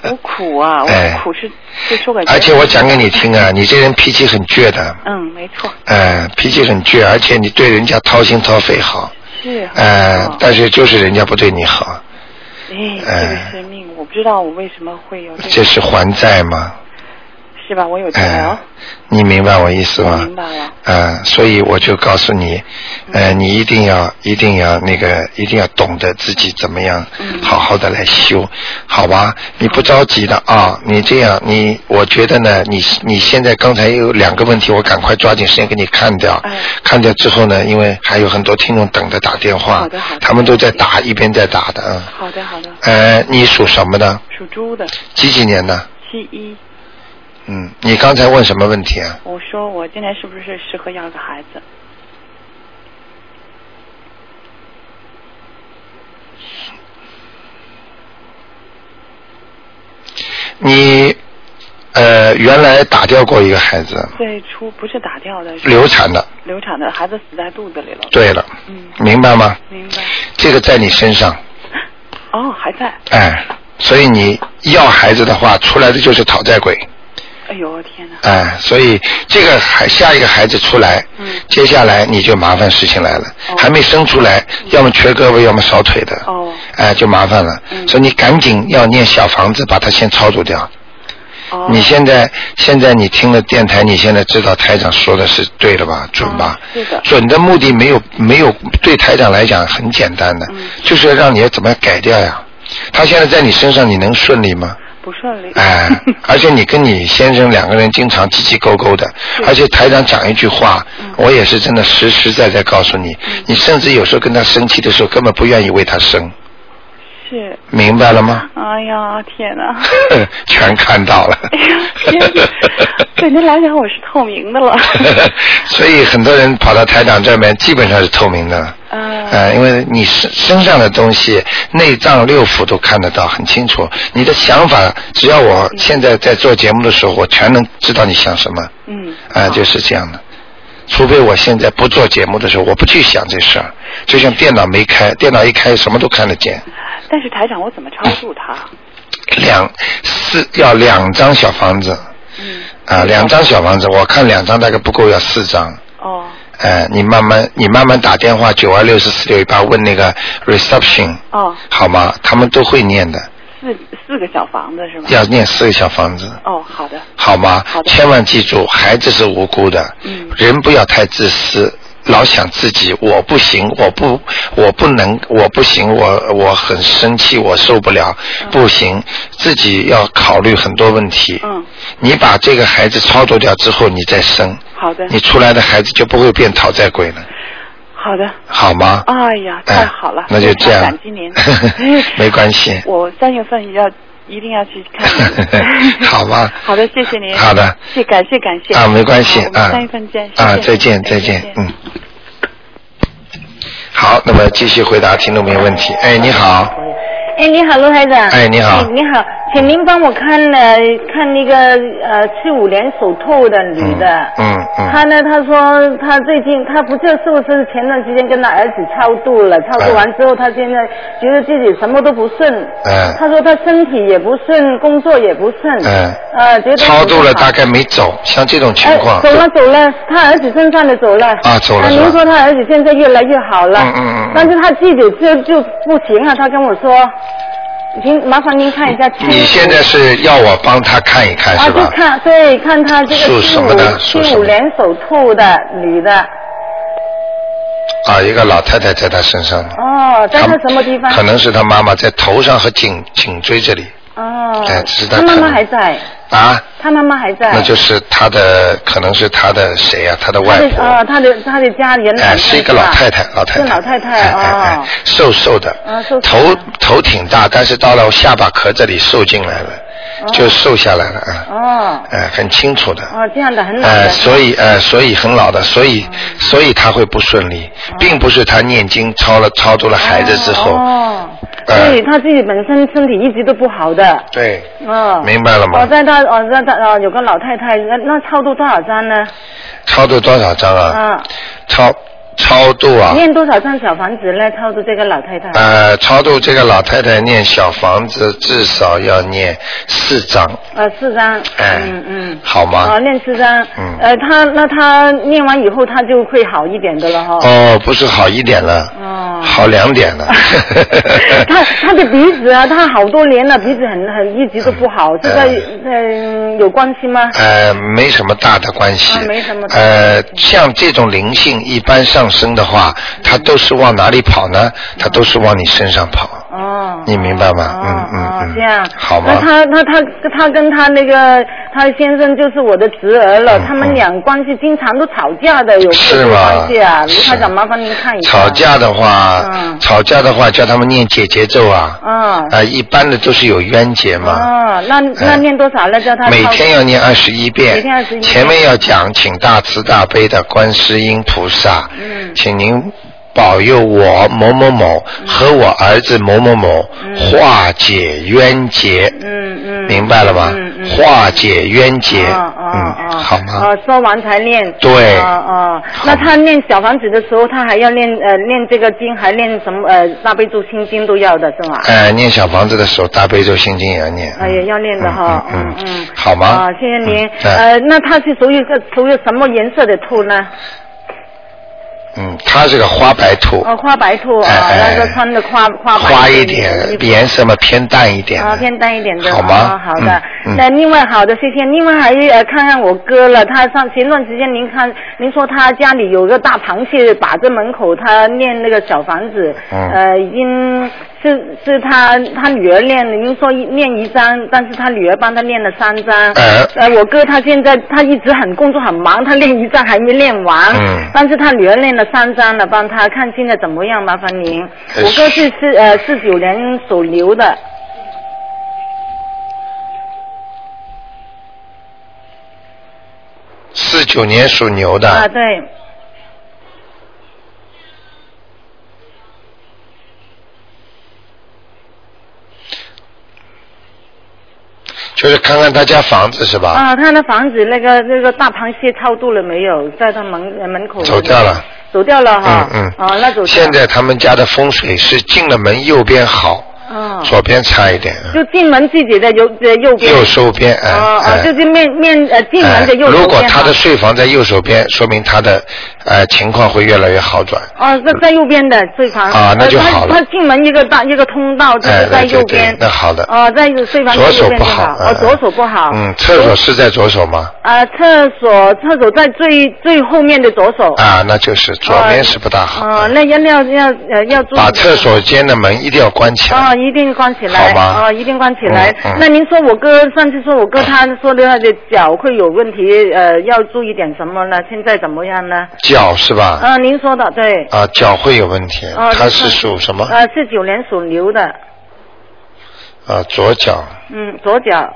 [SPEAKER 3] 我苦啊，
[SPEAKER 1] 哎
[SPEAKER 3] 我苦是是说给别人
[SPEAKER 1] 而且我讲给你听啊，你这人脾气很倔的，
[SPEAKER 3] 嗯，没错，
[SPEAKER 1] 呃，脾气很倔，而且你对人家掏心掏肺好，
[SPEAKER 3] 是
[SPEAKER 1] 呃，
[SPEAKER 3] 哦
[SPEAKER 1] 但是就是人家不对你好，
[SPEAKER 3] 哎，这
[SPEAKER 1] 哎
[SPEAKER 3] 个是命，我不知道我为什么会有这
[SPEAKER 1] 这
[SPEAKER 3] 个，
[SPEAKER 1] 是还债嘛？
[SPEAKER 3] 是吧？我有哦治疗。
[SPEAKER 1] 哎，你明白我意思
[SPEAKER 3] 我
[SPEAKER 1] 吗
[SPEAKER 3] 明？白了，
[SPEAKER 1] 啊，所以我就告诉你，
[SPEAKER 3] 嗯
[SPEAKER 1] 呃，你一定要一定要那个一定要懂得自己怎么样
[SPEAKER 3] 嗯
[SPEAKER 1] 好好的来修，好吧？你不着急的啊，你这样你我觉得呢，你你现在刚才有两个问题，我赶快抓紧时间给你看掉
[SPEAKER 3] 哎，
[SPEAKER 1] 看掉之后呢，因为还有很多听众等着打电话
[SPEAKER 3] 好的好的，
[SPEAKER 1] 他们都在打，一边在打的啊。
[SPEAKER 3] 好的好的，
[SPEAKER 1] 呃，你属什么的？
[SPEAKER 3] 属猪的，
[SPEAKER 1] 几几年的？
[SPEAKER 3] 七一。
[SPEAKER 1] 嗯，你刚才问什么问题啊？
[SPEAKER 3] 我说我今年是不是适合要个孩子？
[SPEAKER 1] 你呃原来打掉过一个孩子，
[SPEAKER 3] 最初不是打掉的，是
[SPEAKER 1] 流产的。
[SPEAKER 3] 流产的孩子死在肚子里了。，
[SPEAKER 1] 对了，
[SPEAKER 3] 嗯，
[SPEAKER 1] 明白吗？
[SPEAKER 3] 明白。
[SPEAKER 1] 这个在你身上，
[SPEAKER 3] 哦，还在。
[SPEAKER 1] 哎，所以你要孩子的话，出来的就是讨债鬼，
[SPEAKER 3] 哎呦，我天哪！
[SPEAKER 1] 哎，所以这个孩下一个孩子出来，
[SPEAKER 3] 嗯
[SPEAKER 1] 接下来你就麻烦事情来了，
[SPEAKER 3] 哦嗯
[SPEAKER 1] 还没生出来，要么瘸胳膊，要么少腿的，
[SPEAKER 3] 哦
[SPEAKER 1] 哎，就麻烦了。
[SPEAKER 3] 嗯
[SPEAKER 1] 所以你赶紧要念小房子，把它先操作掉。
[SPEAKER 3] 哦，
[SPEAKER 1] 你现在现在你听了电台，你现在知道台长说的是对的吧？准吧？
[SPEAKER 3] 嗯是的
[SPEAKER 1] 准的目的没有没有对台长来讲很简单的，
[SPEAKER 3] 嗯
[SPEAKER 1] 就是让你怎么改掉呀。他现在在你身上，你能顺利吗？
[SPEAKER 3] 不顺利。
[SPEAKER 1] 哎，而且你跟你先生两个人经常叽叽勾勾的，而且台长讲一句话，
[SPEAKER 3] 嗯
[SPEAKER 1] 我也是真的实实在在告诉你，你甚至有时候跟他生气的时候，根本不愿意为他生，
[SPEAKER 3] 是。
[SPEAKER 1] 明白了吗？
[SPEAKER 3] 哎呀，天哪！
[SPEAKER 1] 全看到了。
[SPEAKER 3] 哎呀，天哪！对您来讲，我是透明 的了。
[SPEAKER 1] 所以很多人跑到台长这边，基本上是透明的。
[SPEAKER 3] 嗯
[SPEAKER 1] 呃，因为你身身上的东西，内脏六腑都看得到很清楚。你的想法，只要我现在在做节目的时候，我全能知道你想什么。
[SPEAKER 3] 嗯。
[SPEAKER 1] 啊、就是这样的。除非我现在不做节目的时候，我不去想这事儿。就像电脑没开，电脑一开，什么都看得见。
[SPEAKER 3] 但是台长，我怎么超度他？
[SPEAKER 1] 两四要两张小房子
[SPEAKER 3] 嗯。
[SPEAKER 1] 啊、两张小房子，我看两张大概不够，要四张。
[SPEAKER 3] 哦
[SPEAKER 1] 呃，你慢慢你慢慢打电话九二六四四六一八问那个 reception
[SPEAKER 3] 哦，
[SPEAKER 1] 好吗？他们都会念的，
[SPEAKER 3] 四四个小房子是吧？
[SPEAKER 1] 要念四个小房子，
[SPEAKER 3] 哦，好的。
[SPEAKER 1] 好吗？
[SPEAKER 3] 好的
[SPEAKER 1] 千万记住，孩子是无辜的，
[SPEAKER 3] 嗯
[SPEAKER 1] 人不要太自私。老想自己，我不行，我不，我不能，我不行，我我很生气，我受不了，不行，自己要考虑很多问题。
[SPEAKER 3] 嗯，
[SPEAKER 1] 你把这个孩子操作掉之后，你再生，
[SPEAKER 3] 好的，
[SPEAKER 1] 你出来的孩子就不会变讨债鬼了，
[SPEAKER 3] 好的。
[SPEAKER 1] 好吗？
[SPEAKER 3] 哎呀，
[SPEAKER 1] 哎
[SPEAKER 3] 太好了！
[SPEAKER 1] 那就这样。
[SPEAKER 3] 非常感激您
[SPEAKER 1] 没关系
[SPEAKER 3] 我三月份要一定要去看 您。
[SPEAKER 1] 好吧
[SPEAKER 3] 好的，谢谢您。
[SPEAKER 1] 好的
[SPEAKER 3] 谢感谢感谢。
[SPEAKER 1] 啊，没关系
[SPEAKER 3] 好我
[SPEAKER 1] 啊
[SPEAKER 3] 们。三月份见。谢谢
[SPEAKER 1] 啊，再见，
[SPEAKER 3] 哎
[SPEAKER 1] 再见
[SPEAKER 3] 见，。
[SPEAKER 1] 嗯。好，那么继续回答听众朋友问题。哎，你好，
[SPEAKER 4] 哎，你好，罗台长。
[SPEAKER 1] 哎你好
[SPEAKER 4] 你好，请您帮我看呃看那个呃七五年属兔的女
[SPEAKER 1] 嗯
[SPEAKER 4] 的。
[SPEAKER 1] 嗯
[SPEAKER 4] 她
[SPEAKER 1] 嗯，
[SPEAKER 4] 呢？她说她最近，她不就是不是前段时间跟她儿子超度了，
[SPEAKER 1] 哎
[SPEAKER 4] 超度完之后，她现在觉得自己什么都不顺。
[SPEAKER 1] 嗯
[SPEAKER 4] 她说她身体也不顺，工作也不顺。
[SPEAKER 1] 嗯
[SPEAKER 4] 呃，觉得
[SPEAKER 1] 超度了大
[SPEAKER 4] 概。
[SPEAKER 1] 概没走，像这种情况
[SPEAKER 4] 哎，走了走了，他儿子身上的走了。
[SPEAKER 1] 啊走了
[SPEAKER 4] 啊，
[SPEAKER 1] 是吧
[SPEAKER 4] 您说他儿子现在越来越好了。
[SPEAKER 1] 嗯嗯嗯嗯
[SPEAKER 4] 但是他自己就就不行啊，他跟我说，您麻烦您看一下。
[SPEAKER 1] 你现在是要我帮他看一看
[SPEAKER 4] 啊，
[SPEAKER 1] 是
[SPEAKER 4] 就
[SPEAKER 1] 吧？
[SPEAKER 4] 看对，看他这
[SPEAKER 1] 属
[SPEAKER 4] 个七
[SPEAKER 1] 什么的
[SPEAKER 4] 五
[SPEAKER 1] 属什
[SPEAKER 4] 七
[SPEAKER 1] 么
[SPEAKER 4] 五年属兔的女的，
[SPEAKER 1] 啊，一个老太太在他身上。
[SPEAKER 4] 哦，在
[SPEAKER 1] 她
[SPEAKER 4] 他什么地方？
[SPEAKER 1] 可能是他妈妈在头上和颈颈椎这里
[SPEAKER 4] 哦
[SPEAKER 1] 哎是，她
[SPEAKER 4] 他妈
[SPEAKER 1] 可
[SPEAKER 4] 妈
[SPEAKER 1] 能
[SPEAKER 4] 还在，
[SPEAKER 1] 啊，
[SPEAKER 4] 他妈妈还在。
[SPEAKER 1] 那就是他的，可能是他的谁呀、他的
[SPEAKER 4] 他
[SPEAKER 1] 外
[SPEAKER 4] 的
[SPEAKER 1] 婆。
[SPEAKER 4] 啊，他的他的家人
[SPEAKER 1] 哎，是一个老太太，老太太，
[SPEAKER 4] 是老太
[SPEAKER 1] 哎
[SPEAKER 4] 太
[SPEAKER 1] 哎哎
[SPEAKER 4] 哦，
[SPEAKER 1] 瘦瘦的，
[SPEAKER 4] 啊瘦瘦的
[SPEAKER 1] 头头挺大，但是到了下巴壳这里瘦进来了，哎就瘦下来了啊，
[SPEAKER 4] 哦
[SPEAKER 1] 哎，很清楚的，
[SPEAKER 4] 哦，这样的很老
[SPEAKER 1] 哎，
[SPEAKER 4] 的。
[SPEAKER 1] 所以哎，所以很老的，所
[SPEAKER 4] 哦
[SPEAKER 1] 以所以他会不顺利，并不是他念经超了超度了孩子之后，
[SPEAKER 4] 哦，
[SPEAKER 1] 呃
[SPEAKER 4] 所以他自己本身身体一直都不好的，
[SPEAKER 1] 对，
[SPEAKER 4] 嗯。
[SPEAKER 1] 明白了
[SPEAKER 4] 哦，
[SPEAKER 1] 吗？
[SPEAKER 4] 在他哦，在他哦，有个老太太，那那超度多少张呢？
[SPEAKER 1] 超度多少张啊？
[SPEAKER 4] 啊，
[SPEAKER 1] 超超度啊，
[SPEAKER 4] 念多少张小房子呢？超度这个老太太。
[SPEAKER 1] 呃，超度这个老太太念小房子至少要念四张，
[SPEAKER 4] 呃，四张。
[SPEAKER 1] 哎
[SPEAKER 4] 嗯嗯。
[SPEAKER 1] 好吗？
[SPEAKER 4] 啊，念四张。
[SPEAKER 1] 嗯
[SPEAKER 4] 呃，他那他念完以后，他就会好一点的了哈。
[SPEAKER 1] 哦，不是好一点了，
[SPEAKER 4] 哦
[SPEAKER 1] 好两点 了。
[SPEAKER 4] 他他的鼻子啊，他好多年了，鼻子很很一直都不好，这个
[SPEAKER 1] 嗯
[SPEAKER 4] 嗯有关系吗？
[SPEAKER 1] 呃，没什么大的关系。
[SPEAKER 4] 啊没什么大的
[SPEAKER 1] 呃，像这种灵性一般上升的话，
[SPEAKER 4] 嗯
[SPEAKER 1] 它都是往哪里跑呢？它都是往你身上跑。
[SPEAKER 4] 哦，
[SPEAKER 1] 你明白吗
[SPEAKER 4] 哦
[SPEAKER 1] 嗯嗯
[SPEAKER 4] 哦
[SPEAKER 1] 嗯
[SPEAKER 4] 这样
[SPEAKER 1] 好吗
[SPEAKER 4] 那他那他他跟他那个他先生就是我的侄儿了，
[SPEAKER 1] 嗯
[SPEAKER 4] 他们俩关系经常都吵架的，有
[SPEAKER 1] 是
[SPEAKER 4] 没有
[SPEAKER 1] 吗
[SPEAKER 4] 关系啊？卢
[SPEAKER 1] 是
[SPEAKER 4] 台长，麻烦您看一下。
[SPEAKER 1] 吵架的话，
[SPEAKER 4] 嗯
[SPEAKER 1] 吵架的话，叫他们念解结咒啊。
[SPEAKER 4] 啊
[SPEAKER 1] 啊、一般的都是有冤结嘛。
[SPEAKER 4] 哦，那那
[SPEAKER 1] 哎
[SPEAKER 4] 念多少呢？叫他
[SPEAKER 1] 每
[SPEAKER 4] 抄
[SPEAKER 1] 天要念二十一遍，
[SPEAKER 4] 每天21遍
[SPEAKER 1] 前面要讲，请大慈大悲的观世音菩萨，
[SPEAKER 4] 嗯
[SPEAKER 1] 请您保佑我某某某和我儿子某某某化解冤结，
[SPEAKER 4] 嗯嗯，
[SPEAKER 1] 明白了吗？
[SPEAKER 4] 嗯嗯
[SPEAKER 1] 化解冤结，
[SPEAKER 4] 哦哦
[SPEAKER 1] 嗯，
[SPEAKER 4] 哦，
[SPEAKER 1] 好吗？
[SPEAKER 4] 哦，说完才念。
[SPEAKER 1] 对
[SPEAKER 4] 哦哦，
[SPEAKER 1] 好
[SPEAKER 4] 那他念小房子的时候，他还要念呃念这个经，还念什么呃大悲咒心经都要的是吗？
[SPEAKER 1] 哎，念小房子的时候，大悲咒心经也要念。
[SPEAKER 4] 哎呀，要念的哈，嗯
[SPEAKER 1] 嗯
[SPEAKER 4] 嗯，
[SPEAKER 1] 好吗？
[SPEAKER 4] 啊，谢谢您。
[SPEAKER 1] 嗯哎
[SPEAKER 4] 呃，那他是属于个属于什么颜色的兔呢？
[SPEAKER 1] 嗯，他是个花白兔，
[SPEAKER 4] 哦，花白兔啊，
[SPEAKER 1] 哎哎
[SPEAKER 4] 那个穿的花花白
[SPEAKER 1] 花
[SPEAKER 4] 的
[SPEAKER 1] 一
[SPEAKER 4] 衣
[SPEAKER 1] 点，
[SPEAKER 4] 服
[SPEAKER 1] 颜色嘛偏淡一点的。
[SPEAKER 4] 啊，偏淡一点的，
[SPEAKER 1] 好吗
[SPEAKER 4] 哦好的
[SPEAKER 1] 嗯嗯。
[SPEAKER 4] 那另外好的，谢谢。另外还呃看看我哥了，他上前段时间您看，您说他家里有个大螃蟹把着门口，他念那个小房子，
[SPEAKER 1] 嗯
[SPEAKER 4] 呃，已经是是他他女儿念的，您说一念一张，但是他女儿帮他念了三张。
[SPEAKER 1] 哎
[SPEAKER 4] 呃，我哥他现在他一直很工作很忙，他念一张还没念完，
[SPEAKER 1] 嗯
[SPEAKER 4] 但是他女儿念了三张了，帮他看现在怎么样，麻烦您。
[SPEAKER 1] 呃
[SPEAKER 4] 我哥是是呃四九年属牛的。
[SPEAKER 1] 四九年属牛的。
[SPEAKER 4] 啊，对，
[SPEAKER 1] 就是看看他家房子是吧？
[SPEAKER 4] 啊，他那房子那个那个大螃蟹超度了没有？在他门呃门口。
[SPEAKER 1] 走掉了。
[SPEAKER 4] 走掉了哈。
[SPEAKER 1] 嗯嗯。
[SPEAKER 4] 啊，那走掉。
[SPEAKER 1] 现。在他们家的风水是进了门右边好，
[SPEAKER 4] 啊。
[SPEAKER 1] 左边差一点。
[SPEAKER 4] 就进门自己的右呃右边。
[SPEAKER 1] 右手边，哎、
[SPEAKER 4] 哦
[SPEAKER 1] 哎
[SPEAKER 4] 哦，就是面面呃进门的右
[SPEAKER 1] 哎
[SPEAKER 4] 手边哈。
[SPEAKER 1] 如果他的睡房在右手边，说明他的呃情况会越来越好转。
[SPEAKER 4] 哦，在在右边的睡房。
[SPEAKER 1] 啊那就
[SPEAKER 4] 呃
[SPEAKER 1] 好了
[SPEAKER 4] 他他进门一个大一个通道，就
[SPEAKER 1] 哎
[SPEAKER 4] 是在
[SPEAKER 1] 对对
[SPEAKER 4] 右边。
[SPEAKER 1] 对那好的
[SPEAKER 4] 哦，在睡房的
[SPEAKER 1] 左手
[SPEAKER 4] 右边
[SPEAKER 1] 不
[SPEAKER 4] 就
[SPEAKER 1] 好，
[SPEAKER 4] 哦，
[SPEAKER 1] 嗯
[SPEAKER 4] 左手不好。
[SPEAKER 1] 嗯，厕所是在左手吗？
[SPEAKER 4] 啊，厕所厕所在最最后面的左手。
[SPEAKER 1] 啊，那就是左边是不大好。
[SPEAKER 4] 哦、那要要要呃要注意。
[SPEAKER 1] 把厕所间的门一定要关起来。
[SPEAKER 4] 哦，一定关起来。
[SPEAKER 1] 好吧
[SPEAKER 4] 哦，一定关起来。
[SPEAKER 1] 嗯嗯
[SPEAKER 4] 那您说我哥上次说我哥他说的那个脚会有问题，呃，要注意点什么呢？现在怎么样呢？
[SPEAKER 1] 脚是吧？
[SPEAKER 4] 啊，您说的对。
[SPEAKER 1] 啊，脚会有问题。
[SPEAKER 4] 哦
[SPEAKER 1] 他是属什么？
[SPEAKER 4] 呃，是九年属牛的，
[SPEAKER 1] 啊，左脚。
[SPEAKER 4] 嗯，左脚。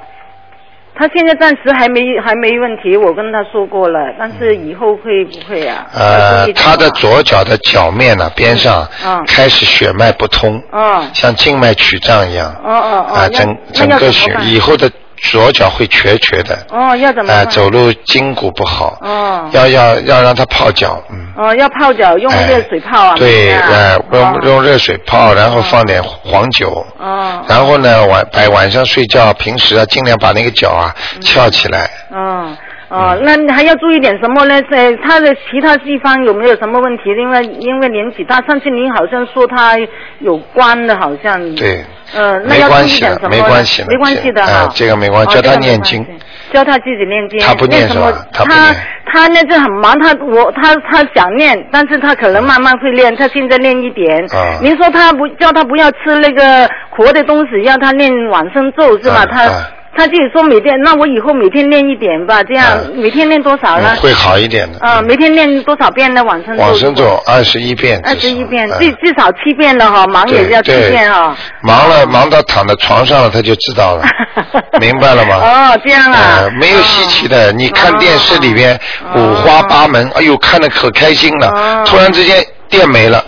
[SPEAKER 4] 他现在暂时还没还没问题，我跟他说过了，但是以后会不会啊？要
[SPEAKER 1] 呃
[SPEAKER 4] 注意，点
[SPEAKER 1] 他的
[SPEAKER 4] 啊。
[SPEAKER 1] 左脚的脚面呢、边上、
[SPEAKER 4] 嗯
[SPEAKER 1] 开始血脉不通，
[SPEAKER 4] 哦
[SPEAKER 1] 像静脉曲张一样。
[SPEAKER 4] 哦哦哦
[SPEAKER 1] 啊，
[SPEAKER 4] 要
[SPEAKER 1] 整
[SPEAKER 4] 那
[SPEAKER 1] 整
[SPEAKER 4] 要
[SPEAKER 1] 个
[SPEAKER 4] 怎么
[SPEAKER 1] 血
[SPEAKER 4] 办
[SPEAKER 1] 以后的左脚会瘸瘸的。
[SPEAKER 4] 哦，要怎么
[SPEAKER 1] 啊，
[SPEAKER 4] 办？
[SPEAKER 1] 走路筋骨不好。
[SPEAKER 4] 哦
[SPEAKER 1] 要要要让他泡脚，嗯。
[SPEAKER 4] 哦，要泡脚，用
[SPEAKER 1] 哎
[SPEAKER 4] 热水泡啊。
[SPEAKER 1] 对，
[SPEAKER 4] 是吧
[SPEAKER 1] 哎，用
[SPEAKER 4] 哦
[SPEAKER 1] 用热水泡，然后放点黄酒。
[SPEAKER 4] 哦
[SPEAKER 1] 然后呢，晚白晚上睡觉，平时啊，尽量把那个脚啊
[SPEAKER 4] 嗯
[SPEAKER 1] 翘起来。
[SPEAKER 4] 哦哦，
[SPEAKER 1] 嗯
[SPEAKER 4] 那你还要注意点什么呢？在他的其他地方有没有什么问题？另外，因为年纪大，上次您好像说他有关的，好像。
[SPEAKER 1] 对。
[SPEAKER 4] 呃，那
[SPEAKER 1] 没
[SPEAKER 4] 要注
[SPEAKER 1] 关
[SPEAKER 4] 意
[SPEAKER 1] 系
[SPEAKER 4] 点
[SPEAKER 1] 的
[SPEAKER 4] 什，么呢？
[SPEAKER 1] 没关系的，
[SPEAKER 4] 没关系的
[SPEAKER 1] 哎
[SPEAKER 4] 哈。
[SPEAKER 1] 这个没关系，
[SPEAKER 4] 哦
[SPEAKER 1] 叫
[SPEAKER 4] 这
[SPEAKER 1] 他
[SPEAKER 4] 个没
[SPEAKER 1] 念
[SPEAKER 4] 关
[SPEAKER 1] 经
[SPEAKER 4] 系。教他自己念经。
[SPEAKER 1] 他不念
[SPEAKER 4] 什
[SPEAKER 1] 是吧
[SPEAKER 4] 么？
[SPEAKER 1] 他不
[SPEAKER 4] 他
[SPEAKER 1] 念
[SPEAKER 4] 他那是很忙，他我他他想念，但是他可能慢慢会练，他现在练一点。
[SPEAKER 1] 啊
[SPEAKER 4] 您说他不叫他不要吃那个活的东西，要他念往生咒是吧？
[SPEAKER 1] 嗯
[SPEAKER 4] 他。
[SPEAKER 1] 嗯
[SPEAKER 4] 他自己说每天，那我以后每天练一点吧，这样、
[SPEAKER 1] 嗯
[SPEAKER 4] 每天练多少呢
[SPEAKER 1] 嗯？会好一点的。嗯
[SPEAKER 4] 啊、每天练多少遍呢？往生咒。
[SPEAKER 1] 往生咒二十一遍至
[SPEAKER 4] 二
[SPEAKER 1] 少。
[SPEAKER 4] 十一遍，
[SPEAKER 1] 哎
[SPEAKER 4] 至至少七遍了哈，忙
[SPEAKER 1] 对
[SPEAKER 4] 也要哦七
[SPEAKER 1] 对
[SPEAKER 4] 遍哈。，
[SPEAKER 1] 忙了，忙到躺在床上了，他就知道了
[SPEAKER 4] 啊
[SPEAKER 1] 明白了吗？
[SPEAKER 4] 哦，这样啊
[SPEAKER 1] 呃，，没有稀奇的。你看电视里边
[SPEAKER 4] 哦
[SPEAKER 1] 五花八门，哎呦，看的可开心了
[SPEAKER 4] 哦。
[SPEAKER 1] 突然之间电没了，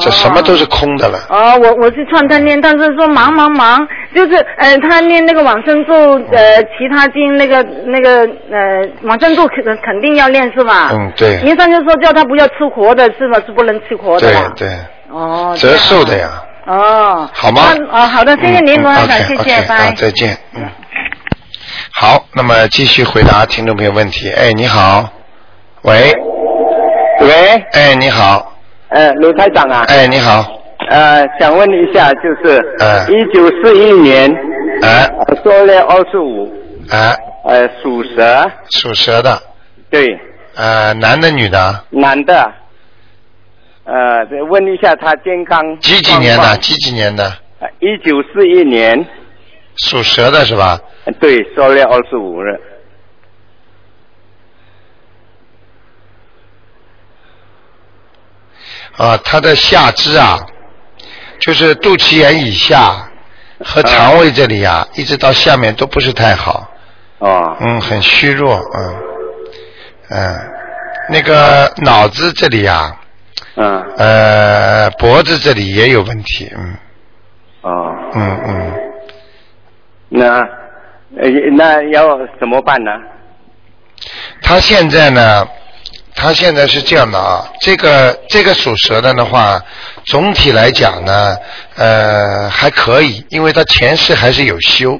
[SPEAKER 1] 这什么都是空的了。
[SPEAKER 4] 哦，我我是劝他念，但是说忙忙忙，就是呃，他念那个往生咒，呃，其他经那个那个呃，往生咒肯肯定要念是吧？
[SPEAKER 1] 嗯，对，
[SPEAKER 4] 您上次说叫他不要吃活的，是吧？是不能吃活的
[SPEAKER 1] 对
[SPEAKER 4] 吧？
[SPEAKER 1] 对，
[SPEAKER 4] 哦，这
[SPEAKER 1] 折
[SPEAKER 4] 样
[SPEAKER 1] 寿的呀。
[SPEAKER 4] 哦，
[SPEAKER 1] 好吗嗯
[SPEAKER 4] 那哦，好的，谢谢您，罗院长，谢谢，拜
[SPEAKER 1] 啊，。再见，嗯。好，那么继续回答听众朋友问题。哎，你好，喂，
[SPEAKER 5] 喂，
[SPEAKER 1] 哎，你好，
[SPEAKER 5] 呃，卢台长啊，
[SPEAKER 1] 哎，你好，
[SPEAKER 5] 呃，想问一下，就是
[SPEAKER 1] 哎
[SPEAKER 5] 一九四一年
[SPEAKER 1] 哎
[SPEAKER 5] 呃说了二十五，
[SPEAKER 1] 哎，
[SPEAKER 5] 呃，属蛇，
[SPEAKER 1] 属蛇的，
[SPEAKER 5] 对，
[SPEAKER 1] 呃，男的女的，
[SPEAKER 5] 男的，呃，问一下他健康
[SPEAKER 1] 几几年的？几几年的？
[SPEAKER 5] 一九四一年，
[SPEAKER 1] 属蛇的是吧？
[SPEAKER 5] 呃对，说了二十五了，
[SPEAKER 1] 啊，他的下肢啊，就是肚脐眼以下和肠胃这里啊，一直到下面都不是太好，
[SPEAKER 5] 哦，
[SPEAKER 1] 嗯，很虚弱，嗯，嗯，那个脑子这里啊，
[SPEAKER 5] 嗯，
[SPEAKER 1] 呃，脖子这里也有问题，嗯
[SPEAKER 5] 哦，
[SPEAKER 1] 嗯嗯，
[SPEAKER 5] 那呃那要怎么办呢？
[SPEAKER 1] 他现在呢，他现在是这样的啊，这个这个属蛇的的话，总体来讲呢，呃，还可以，因为他前世还是有修，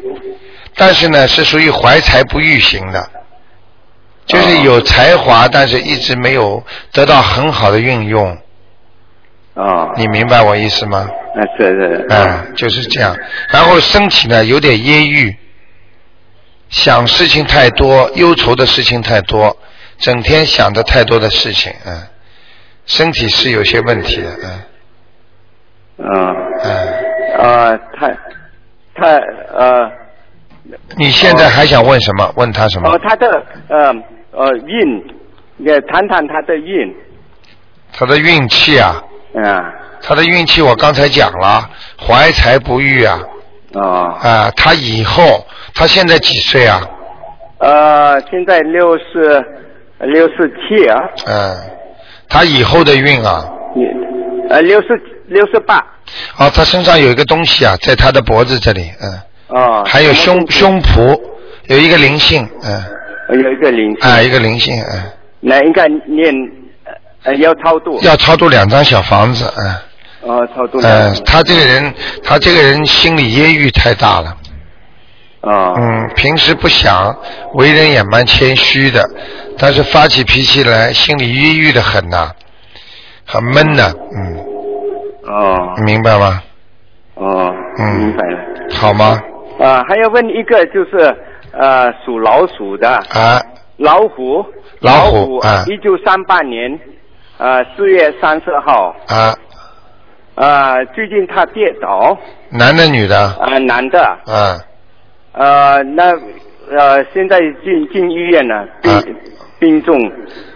[SPEAKER 1] 但是呢，是属于怀才不遇型的。就是有才华，但是一直没有得到很好的运用，
[SPEAKER 5] 哦，
[SPEAKER 1] 你明白我意思吗？
[SPEAKER 5] 那是是，呃
[SPEAKER 1] 啊，就是这样。然后身体呢有点揶揄，想事情太多，忧愁的事情太多，整天想着太多的事情，嗯，身体是有些问题的，嗯
[SPEAKER 5] 嗯。
[SPEAKER 1] 嗯。
[SPEAKER 5] 啊，他他呃，
[SPEAKER 1] 你现在还想问什么？问他什么
[SPEAKER 5] 哦，？他的呃呃运，也谈谈他的运
[SPEAKER 1] 他的运气啊，
[SPEAKER 5] 啊，
[SPEAKER 1] 他的运气我刚才讲了，怀才不遇啊，
[SPEAKER 5] 哦，
[SPEAKER 1] 啊，他以后他现在几岁啊？
[SPEAKER 5] 呃，现在六十六十七啊，
[SPEAKER 1] 嗯，他以后的运啊，
[SPEAKER 5] 你呃六十六十八
[SPEAKER 1] 啊，他身上有一个东西啊，在他的脖子这里，嗯。
[SPEAKER 5] 哦，
[SPEAKER 1] 还有
[SPEAKER 5] 什么
[SPEAKER 1] 胸
[SPEAKER 5] 东西
[SPEAKER 1] 胸脯有一个灵性，嗯，
[SPEAKER 5] 有一个灵性，
[SPEAKER 1] 啊，一个灵性，嗯，
[SPEAKER 5] 那应该念呃呃要超度，
[SPEAKER 1] 要超度两张小房子，
[SPEAKER 5] 哦超度
[SPEAKER 1] 嗯，
[SPEAKER 5] 了
[SPEAKER 1] 嗯，，他这个人，他这个人心理掖郁太大了，
[SPEAKER 5] 哦
[SPEAKER 1] 嗯，平时不想，为人也蛮谦虚的，但是发起脾气来，心里抑郁的很呐、很闷呐、嗯，
[SPEAKER 5] 哦
[SPEAKER 1] 明白吗？
[SPEAKER 5] 哦，
[SPEAKER 1] 嗯
[SPEAKER 5] 明白了，
[SPEAKER 1] 好吗？
[SPEAKER 5] 啊，还要问一个就是呃属老鼠的。
[SPEAKER 1] 啊，
[SPEAKER 5] 老虎，
[SPEAKER 1] 老虎啊
[SPEAKER 5] 一九三八年，呃，四月三十号，
[SPEAKER 1] 啊，
[SPEAKER 5] 呃，最近他跌倒，
[SPEAKER 1] 男的女的？
[SPEAKER 5] 呃，男的，
[SPEAKER 1] 啊，
[SPEAKER 5] 呃，那呃，现在进进医院了，病、
[SPEAKER 1] 啊
[SPEAKER 5] 病重，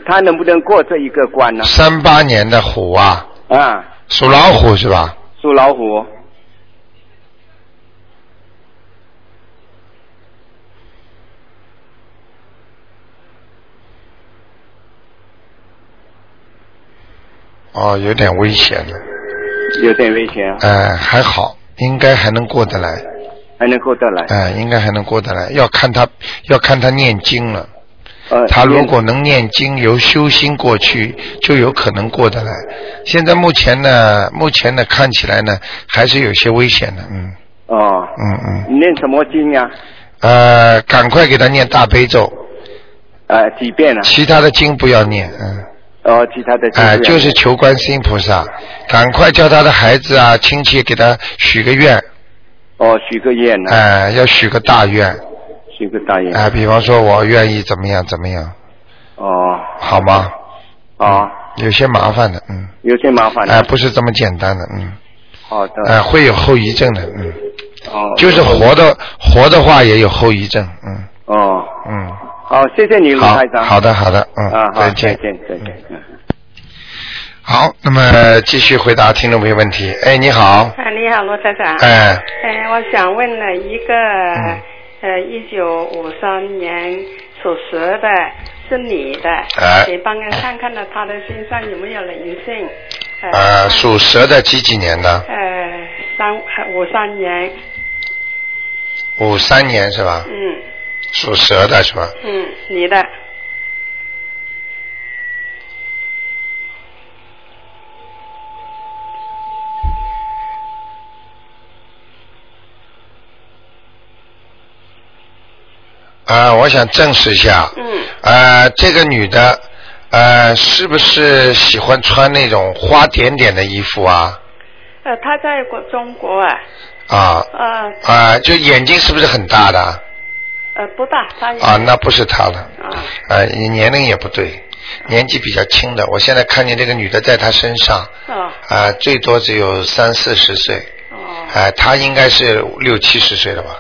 [SPEAKER 5] 他能不能过这一个关呢？
[SPEAKER 1] 三八年的虎啊，
[SPEAKER 5] 啊，
[SPEAKER 1] 属老虎是吧？
[SPEAKER 5] 属老虎，
[SPEAKER 1] 哦，有点危险的。
[SPEAKER 5] 有点危险，
[SPEAKER 1] 呃，还好，应该还能过得来，
[SPEAKER 5] 还能过得来。
[SPEAKER 1] 哎、应该还能过得来，要看他，要看他念经了。
[SPEAKER 5] 呃，
[SPEAKER 1] 嗯他如果能念经，由修心过去，就有可能过得来。现在目前呢，目前呢，看起来呢，还是有些危险的，嗯
[SPEAKER 5] 哦，
[SPEAKER 1] 嗯嗯，
[SPEAKER 5] 念什么经呀？
[SPEAKER 1] 呃，赶快给他念大悲咒，
[SPEAKER 5] 呃，几遍啊？
[SPEAKER 1] 其他的经不要念，嗯。
[SPEAKER 5] 哦，其他的经不
[SPEAKER 1] 哎、
[SPEAKER 5] 要
[SPEAKER 1] 就是求观世音菩萨，赶快叫他的孩子啊、亲戚给他许个愿，
[SPEAKER 5] 哦，许个愿
[SPEAKER 1] 哎、
[SPEAKER 5] 啊，
[SPEAKER 1] 要许个大愿，
[SPEAKER 5] 许个大愿
[SPEAKER 1] 哎、比方说我愿意怎么样怎么样，
[SPEAKER 5] 哦。
[SPEAKER 1] 好吗？
[SPEAKER 5] 啊，
[SPEAKER 1] 有些麻烦的，嗯，
[SPEAKER 5] 有些麻烦
[SPEAKER 1] 哎、
[SPEAKER 5] 了。
[SPEAKER 1] 不是这么简单的，嗯，
[SPEAKER 5] 好的。
[SPEAKER 1] 哎、会有后遗症的，嗯，
[SPEAKER 5] 哦，
[SPEAKER 1] 就是活的活的话也有后遗症，嗯
[SPEAKER 5] 哦，
[SPEAKER 1] 嗯，
[SPEAKER 5] 好，谢谢你，卢
[SPEAKER 1] 好
[SPEAKER 5] 台，长。
[SPEAKER 1] 好的好的，嗯，
[SPEAKER 5] 啊，好，
[SPEAKER 1] 再
[SPEAKER 5] 再
[SPEAKER 1] 见
[SPEAKER 5] 见，再见。嗯
[SPEAKER 1] 好，那么继续回答听众朋友问题，哎，你好，
[SPEAKER 6] 啊，你好，罗台长。
[SPEAKER 1] 哎、嗯
[SPEAKER 6] 哎，我想问了一个，呃，一九五三年属蛇的，是女的，
[SPEAKER 1] 哎
[SPEAKER 6] 你帮我看看呢，她的身上有没有灵性？
[SPEAKER 1] 呃，属蛇的几几年的？
[SPEAKER 6] 呃，三五三年，
[SPEAKER 1] 五三年是吧？
[SPEAKER 6] 嗯
[SPEAKER 1] 属蛇的是吧？
[SPEAKER 6] 嗯，你的，
[SPEAKER 1] 啊，我想证实一下。
[SPEAKER 6] 嗯。
[SPEAKER 1] 呃，这个女的，呃，是不是喜欢穿那种花点点的衣服啊？
[SPEAKER 6] 呃，他在国中国啊，
[SPEAKER 1] 啊
[SPEAKER 6] 呃
[SPEAKER 1] 啊，就眼睛是不是很大的？
[SPEAKER 6] 呃不大，三年
[SPEAKER 1] 啊，那不是她了。
[SPEAKER 6] 啊
[SPEAKER 1] 啊，你年龄也不对，年纪比较轻的。我现在看见这个女的在她身上，
[SPEAKER 6] 哦
[SPEAKER 1] 啊，最多只有三四十岁，
[SPEAKER 6] 哦，
[SPEAKER 1] 啊，她应该是六七十岁了吧？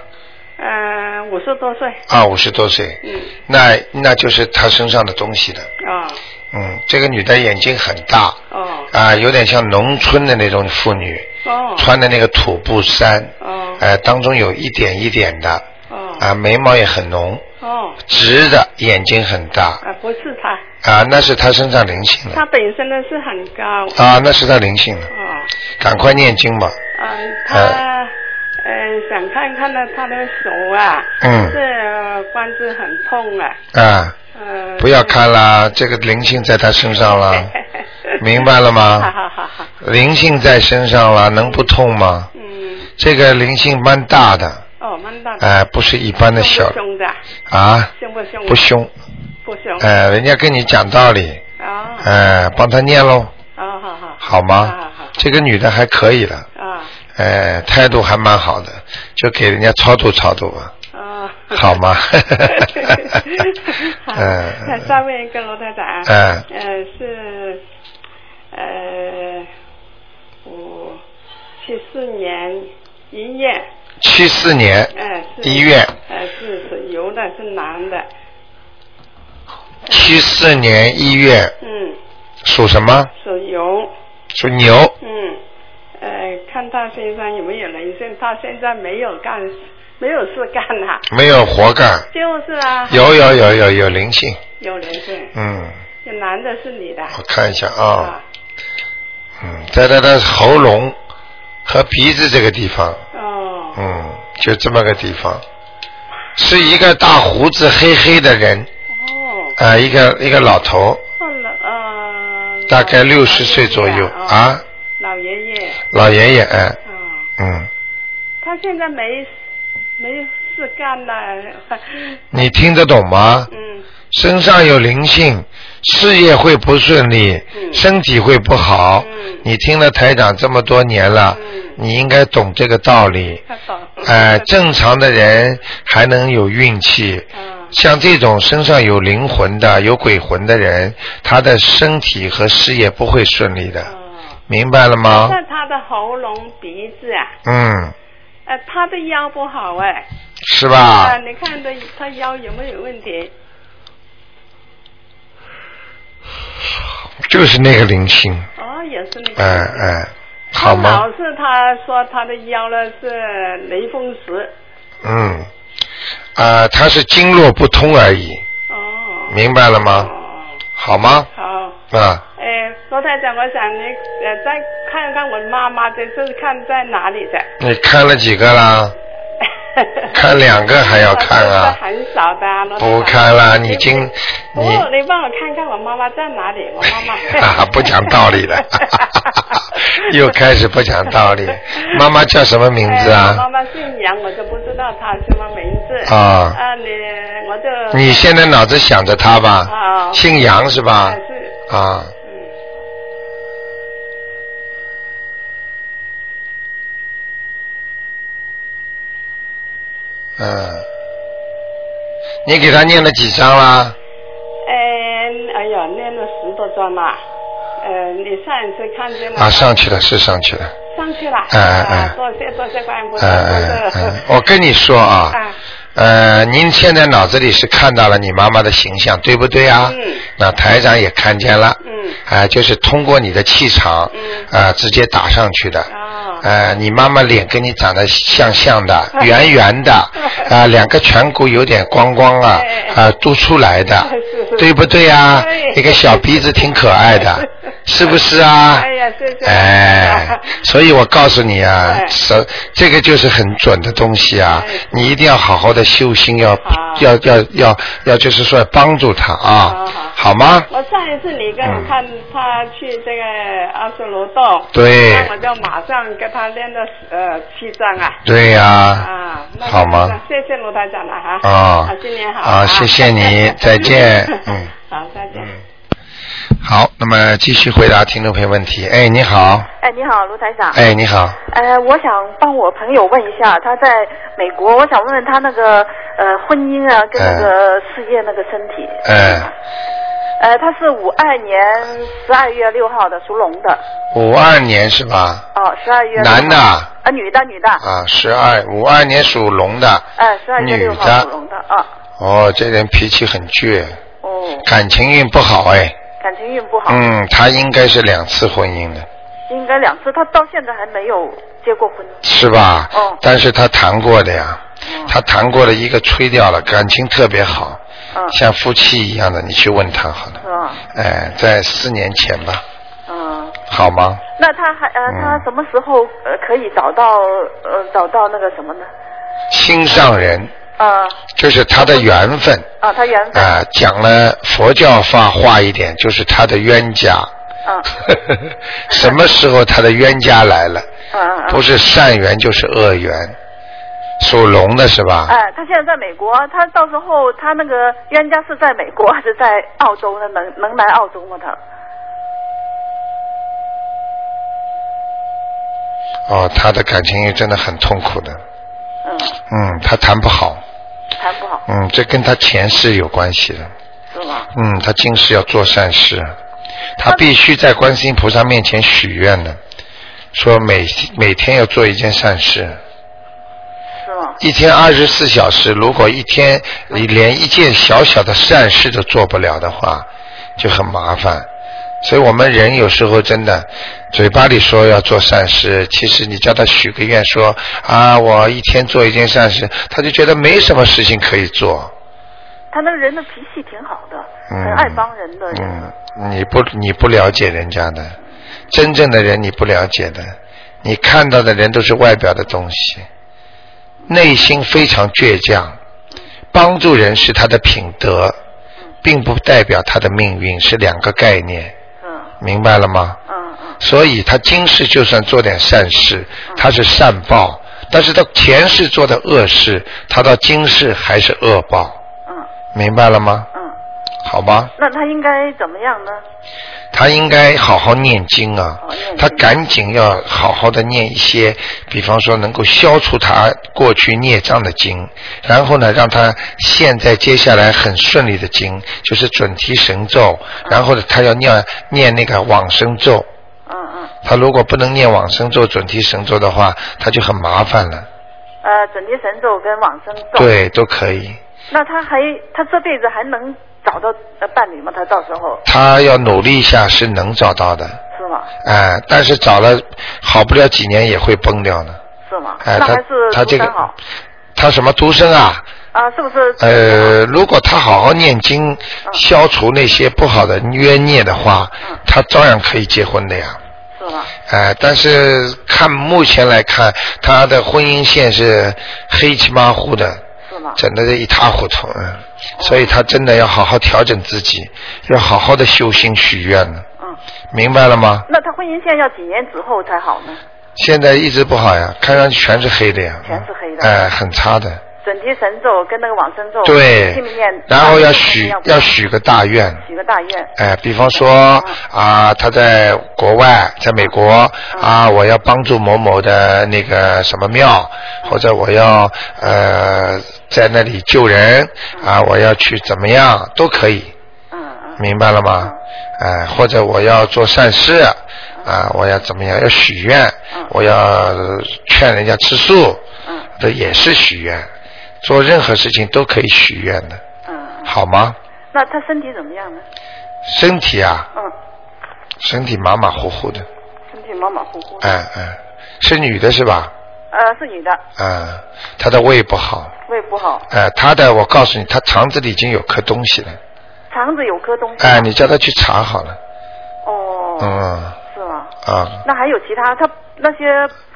[SPEAKER 6] 呃五十多岁，
[SPEAKER 1] 啊，五十多岁，
[SPEAKER 6] 嗯
[SPEAKER 1] 那那就是她身上的东西的。
[SPEAKER 6] 哦
[SPEAKER 1] 嗯，这个女的眼睛很大，
[SPEAKER 6] 哦
[SPEAKER 1] 啊，有点像农村的那种妇女，
[SPEAKER 6] 哦
[SPEAKER 1] 穿的那个土布衫，
[SPEAKER 6] 哦
[SPEAKER 1] 呃，当中有一点一点的，
[SPEAKER 6] 哦
[SPEAKER 1] 啊，眉毛也很浓，
[SPEAKER 6] 哦
[SPEAKER 1] 直的，眼睛很大，
[SPEAKER 6] 啊不是他，
[SPEAKER 1] 啊，那是她身上灵性了
[SPEAKER 6] 他，本身呢是很高，
[SPEAKER 1] 啊，那是她灵性了，
[SPEAKER 6] 哦
[SPEAKER 1] 赶快念经吧，啊
[SPEAKER 6] 嗯
[SPEAKER 1] 哎
[SPEAKER 6] 他呃想看看呢他的手啊，
[SPEAKER 1] 嗯
[SPEAKER 6] 这呃关节很痛啊，
[SPEAKER 1] 啊，
[SPEAKER 6] 呃
[SPEAKER 1] 不要看啦，这个灵性在她身上 啦，明白了
[SPEAKER 6] 好
[SPEAKER 1] 吗？
[SPEAKER 6] 好好好，
[SPEAKER 1] 灵性在身上啦，能不痛吗？
[SPEAKER 6] 嗯
[SPEAKER 1] 这个灵性蛮大的，
[SPEAKER 6] 哦蛮大的，
[SPEAKER 1] 哎、不是一般的小
[SPEAKER 6] 凶不凶的？
[SPEAKER 1] 啊，
[SPEAKER 6] 凶不凶？
[SPEAKER 1] 不凶，
[SPEAKER 6] 不凶。
[SPEAKER 1] 哎、人家跟你讲道理，
[SPEAKER 6] 啊
[SPEAKER 1] 哎、帮她念喽，
[SPEAKER 6] 啊好好
[SPEAKER 1] 好
[SPEAKER 6] 好
[SPEAKER 1] 吗
[SPEAKER 6] 啊好？
[SPEAKER 1] 这个女的还可以了，
[SPEAKER 6] 啊
[SPEAKER 1] 哎、态度还蛮好的，就给人家超度超度吧，
[SPEAKER 6] 啊。
[SPEAKER 1] 好 吗
[SPEAKER 6] 好
[SPEAKER 1] 嗯
[SPEAKER 6] 那再问一个罗台长啊，
[SPEAKER 1] 嗯
[SPEAKER 6] 呃是呃我七四年一月，
[SPEAKER 1] 七四年
[SPEAKER 6] 呃是
[SPEAKER 1] 一月，
[SPEAKER 6] 呃是属牛的，是男的，
[SPEAKER 1] 七四年一月
[SPEAKER 6] 嗯，
[SPEAKER 1] 属什么？
[SPEAKER 6] 属牛，
[SPEAKER 1] 属牛，
[SPEAKER 6] 嗯，呃看他身上有没有人性，他现在没有干，没有事干 啊，
[SPEAKER 1] 没有活干，
[SPEAKER 6] 就是啊，
[SPEAKER 1] 有有有有有灵性，
[SPEAKER 6] 有人性，
[SPEAKER 1] 嗯，
[SPEAKER 6] 有男的是女的，
[SPEAKER 1] 我看一下啊，嗯，在她的喉咙和鼻子这个地方，
[SPEAKER 6] 哦，
[SPEAKER 1] 嗯，就这么个地方，是一个大胡子黑黑的人，
[SPEAKER 6] 哦，
[SPEAKER 1] 啊、一个一个老头，
[SPEAKER 6] 换了呃，
[SPEAKER 1] 大概
[SPEAKER 6] 老
[SPEAKER 1] 六十岁左右，
[SPEAKER 6] 老爷爷
[SPEAKER 1] 啊
[SPEAKER 6] 哦，老爷爷，
[SPEAKER 1] 老爷爷，哎、
[SPEAKER 6] 啊，
[SPEAKER 1] 嗯，
[SPEAKER 6] 他现在没没事干了，哎
[SPEAKER 1] 你听得懂吗？
[SPEAKER 6] 嗯，
[SPEAKER 1] 身上有灵性，事业会不顺利，
[SPEAKER 6] 嗯
[SPEAKER 1] 身体会不好。
[SPEAKER 6] 嗯
[SPEAKER 1] 你听了台长这么多年了，
[SPEAKER 6] 嗯
[SPEAKER 1] 你应该懂这个道理。
[SPEAKER 6] 他懂，
[SPEAKER 1] 哎、正常的人还能有运气，
[SPEAKER 6] 嗯
[SPEAKER 1] 像这种身上有灵魂的、有鬼魂的人，他的身体和事业不会顺利的，
[SPEAKER 6] 哦，
[SPEAKER 1] 明白了吗？
[SPEAKER 6] 那他的喉咙、鼻子啊，
[SPEAKER 1] 嗯，
[SPEAKER 6] 呃，他的腰不好哎，呃
[SPEAKER 1] 是吧？
[SPEAKER 6] 你看他他腰有没有问题？
[SPEAKER 1] 就是那个灵性，
[SPEAKER 6] 哦，也是那个，
[SPEAKER 1] 哎、哎、好吗
[SPEAKER 6] 他？老是他说他的腰呢是雷锋石，
[SPEAKER 1] 嗯，啊、他是经络不通而已，
[SPEAKER 6] 哦，
[SPEAKER 1] 明白了吗？
[SPEAKER 6] 哦，
[SPEAKER 1] 好吗？
[SPEAKER 6] 好。
[SPEAKER 1] 啊，
[SPEAKER 6] 哎，罗台长，我想你呃再看看我妈妈的，就是看在哪里 的。
[SPEAKER 1] 你看了几个啦？看两个还要看啊
[SPEAKER 6] 很少的、啊。罗台长
[SPEAKER 1] 不看了，你今
[SPEAKER 6] 不，
[SPEAKER 1] 你。
[SPEAKER 6] 哦你帮我看看我妈妈在哪里？我妈
[SPEAKER 1] 啊
[SPEAKER 6] 妈。
[SPEAKER 1] 不讲道理 了，又开始不讲道理。妈妈叫什么名字
[SPEAKER 6] 哎我妈
[SPEAKER 1] 啊？
[SPEAKER 6] 妈姓杨，我就不知道她什么名字。
[SPEAKER 1] 啊
[SPEAKER 6] 啊，你我就。
[SPEAKER 1] 你现在脑子想着她吧
[SPEAKER 6] 啊，
[SPEAKER 1] 姓杨是吧
[SPEAKER 6] 啊？是，
[SPEAKER 1] 啊，
[SPEAKER 6] 嗯，
[SPEAKER 1] 嗯，你给她念了几张啦？
[SPEAKER 6] 哎，哎呀，念了十多张了。呃，你上一次看见了
[SPEAKER 1] 啊，上去了，是上去了，
[SPEAKER 6] 上去了。
[SPEAKER 1] 哎哎哎
[SPEAKER 6] 啊多谢多谢观音菩
[SPEAKER 1] 哎
[SPEAKER 6] 萨。
[SPEAKER 1] 哎
[SPEAKER 6] 这
[SPEAKER 1] 哎，我跟你说啊，
[SPEAKER 6] 啊，
[SPEAKER 1] 呃，您现在脑子里是看到了你妈妈的形象，对不对啊？
[SPEAKER 6] 嗯
[SPEAKER 1] 那台长也看见了。
[SPEAKER 6] 嗯
[SPEAKER 1] 啊、就是通过你的气场，
[SPEAKER 6] 嗯
[SPEAKER 1] 啊、直接打上去的。
[SPEAKER 6] 哦
[SPEAKER 1] 呃，你妈妈脸跟你长得像像 的，圆圆的，啊、两个颧骨有点光光啊， 啊、
[SPEAKER 6] 哎
[SPEAKER 1] 凸出来的
[SPEAKER 6] 是是，
[SPEAKER 1] 对不对啊？
[SPEAKER 6] 对
[SPEAKER 1] 一个小鼻子挺可爱的，是不是啊？
[SPEAKER 6] 哎呀，谢谢。
[SPEAKER 1] 哎，所以我告诉你啊
[SPEAKER 6] 哎，
[SPEAKER 1] 这这个就是很准的东西啊
[SPEAKER 6] 哎，
[SPEAKER 1] 你一定要好好的修心，要要要要要，就是说帮助他啊
[SPEAKER 6] 好好，
[SPEAKER 1] 好吗？
[SPEAKER 6] 我上一次你给我看他去这个阿修罗道，
[SPEAKER 1] 对
[SPEAKER 6] 那我就马上给他练到呃七章啊。
[SPEAKER 1] 对呀、
[SPEAKER 6] 啊，那就
[SPEAKER 1] 好吗？
[SPEAKER 6] 谢谢卢台长了哈。
[SPEAKER 1] 啊
[SPEAKER 6] 新年好
[SPEAKER 1] 啊谢谢你再 见嗯。
[SPEAKER 6] 好，再见。
[SPEAKER 1] 好，那么继续回答听众朋友问题。哎，你好，
[SPEAKER 7] 哎，你好，卢台长。
[SPEAKER 1] 哎，你好，
[SPEAKER 7] 呃，我想帮我朋友问一下，他在美国，我想问问他那个呃婚姻啊，跟那个
[SPEAKER 1] 哎
[SPEAKER 7] 事业那个身体。
[SPEAKER 1] 嗯，
[SPEAKER 7] 呃，他是五二年十二月六号的，属龙的。
[SPEAKER 1] 五二年是吧？
[SPEAKER 7] 哦，十二月。
[SPEAKER 1] 男的啊
[SPEAKER 7] 啊，女的，女的。
[SPEAKER 1] 啊，十二五二年属龙的，
[SPEAKER 7] 哎，十二月六号
[SPEAKER 1] 女的
[SPEAKER 7] 属龙的啊。
[SPEAKER 1] 哦，这人脾气很倔，
[SPEAKER 7] 哦，
[SPEAKER 1] 感情运不好哎，
[SPEAKER 7] 感情运不好，
[SPEAKER 1] 嗯，他应该是两次婚姻的，
[SPEAKER 7] 应该两次，他到现在还没有结过婚。
[SPEAKER 1] 是吧？
[SPEAKER 7] 哦
[SPEAKER 1] 但是他谈过的呀，他谈过的一个吹掉了，感情特别好，
[SPEAKER 7] 嗯，
[SPEAKER 1] 像夫妻一样的，你去问他好了
[SPEAKER 7] 是。吧？
[SPEAKER 1] 哎，在四年前吧，
[SPEAKER 7] 嗯。
[SPEAKER 1] 好吗？嗯
[SPEAKER 7] 那他还呃，他什么时候呃可以找到呃找到那个什么呢？
[SPEAKER 1] 心上人
[SPEAKER 7] 呃
[SPEAKER 1] 就是他的缘分
[SPEAKER 7] 啊，他缘分，
[SPEAKER 1] 啊、讲了佛教话话一点，就是他的冤家。
[SPEAKER 7] 嗯
[SPEAKER 1] 什么时候他的冤家来了？
[SPEAKER 7] 嗯
[SPEAKER 6] 啊
[SPEAKER 7] 嗯
[SPEAKER 1] 不
[SPEAKER 7] 嗯。
[SPEAKER 1] 是善缘就是恶缘，属龙的是
[SPEAKER 6] 啊
[SPEAKER 1] 吧？
[SPEAKER 7] 哎，他现在在美国，他到时候他那个冤家是在美国还是在澳洲呢？能能来澳洲吗？他
[SPEAKER 1] 哦，他的感情真的很痛苦的，
[SPEAKER 7] 嗯，
[SPEAKER 1] 嗯，他谈不好，
[SPEAKER 7] 谈不好
[SPEAKER 1] 嗯，这跟他前世有关系的，
[SPEAKER 7] 是吗？
[SPEAKER 1] 嗯，他今世要做善事，他必须在观世音菩萨面前许愿的，说每每天要做一件善事，
[SPEAKER 7] 是吗？
[SPEAKER 1] 一天二十四小时，如果一天你连一件小小的善事都做不了的话，就很麻烦。所以我们人有时候真的，嘴巴里说要做善事，其实你叫他许个愿说啊，我一天做一件善事，他就觉得没什么事情可以做。
[SPEAKER 7] 他那个人的脾气挺好的，
[SPEAKER 1] 嗯，
[SPEAKER 7] 很爱帮人的人。
[SPEAKER 1] 嗯，你不你不了解人家的，真正的人你不了解的，你看到的人都是外表的东西，内心非常倔强。帮助人是他的品德，并不代表他的命运，是两个概念，
[SPEAKER 7] 嗯
[SPEAKER 1] 明白了吗？
[SPEAKER 7] 嗯嗯
[SPEAKER 1] 所以他今世就算做点善事，他是善报；但是他前世做的恶事，他到今世还是恶报，
[SPEAKER 7] 嗯
[SPEAKER 1] 明白了吗？
[SPEAKER 7] 嗯。
[SPEAKER 1] 好吧。
[SPEAKER 7] 那他应该怎么样呢？
[SPEAKER 1] 他应该好好念经啊
[SPEAKER 7] 好念，经
[SPEAKER 1] 他赶紧要好好的念一些，比方说能够消除他过去孽障的经，然后呢，让他现在接下来很顺利的经，就是准提神咒，然后呢，他要念念那个往生咒，
[SPEAKER 7] 嗯嗯。
[SPEAKER 1] 他如果不能念往生咒、准提神咒的话，他就很麻烦了。
[SPEAKER 7] 呃，准提神咒跟往生咒。。
[SPEAKER 1] 对，都可以，
[SPEAKER 7] 那他还他这辈子还能找到呃伴侣吗？他到时候
[SPEAKER 1] 他要努力一下是能找到的，
[SPEAKER 7] 是吗？
[SPEAKER 1] 哎、但是找了好不了几年也会崩掉的。
[SPEAKER 7] 是吗？
[SPEAKER 1] 哎，
[SPEAKER 7] 那还
[SPEAKER 1] 他
[SPEAKER 7] 是
[SPEAKER 1] 他这
[SPEAKER 7] 独
[SPEAKER 1] 个
[SPEAKER 7] 身好
[SPEAKER 1] 他什么独身啊？
[SPEAKER 7] 啊？是不是？
[SPEAKER 1] 呃，如果他好好念经，消除那些不好的冤孽的话，
[SPEAKER 7] 嗯
[SPEAKER 1] 他照样可以结婚的呀。
[SPEAKER 7] 是吗？
[SPEAKER 1] 哎、但是看目前来看，他的婚姻线是黑漆麻糊的，
[SPEAKER 7] 是吗？
[SPEAKER 1] 整的一塌糊涂。
[SPEAKER 7] 哦
[SPEAKER 1] 嗯，所以他真的要好好调整自己，要好好的修心许愿呢。
[SPEAKER 7] 嗯，
[SPEAKER 1] 明白了吗？
[SPEAKER 7] 那他婚姻线要几年之后才好呢？
[SPEAKER 1] 现在一直不好呀，看上去全是黑的呀，
[SPEAKER 7] 全是黑的哦
[SPEAKER 1] 哎、很差的。
[SPEAKER 7] 准提神咒跟那个往生咒，
[SPEAKER 1] 对
[SPEAKER 7] 信不念，，
[SPEAKER 1] 然后要许
[SPEAKER 7] 不嗯
[SPEAKER 1] 要许个大愿，
[SPEAKER 7] 许个大愿，
[SPEAKER 1] 哎，比方说啊，他在国外，在美国
[SPEAKER 7] 嗯
[SPEAKER 1] 啊，我要帮助某某的那个什么庙，
[SPEAKER 7] 嗯
[SPEAKER 1] 或者我要呃在那里救人啊，我要去怎么样都可以，
[SPEAKER 7] 嗯嗯
[SPEAKER 1] 明白了吗？哎，或者我要做善事啊，我要怎么样？要许愿，我要劝人家吃素，
[SPEAKER 7] 嗯
[SPEAKER 1] 这也是许愿。做任何事情都可以许愿的，
[SPEAKER 7] 嗯。
[SPEAKER 1] 好吗？
[SPEAKER 7] 那他身体怎么样呢？
[SPEAKER 1] 身体啊，
[SPEAKER 7] 嗯，
[SPEAKER 1] 身体马马虎虎的，
[SPEAKER 7] 身体马马虎虎的。
[SPEAKER 1] 哎哎，是女的是吧？
[SPEAKER 7] 呃，是女的，
[SPEAKER 1] 嗯，她的胃不好，
[SPEAKER 7] 胃不好，
[SPEAKER 1] 哎，她的我告诉你，她肠子里已经有颗东西了，
[SPEAKER 7] 肠子有颗东西。
[SPEAKER 1] 哎，你叫她去查好了，
[SPEAKER 7] 哦。哦，
[SPEAKER 1] 嗯
[SPEAKER 7] 是吗？
[SPEAKER 1] 啊
[SPEAKER 7] 那还有其他？他那些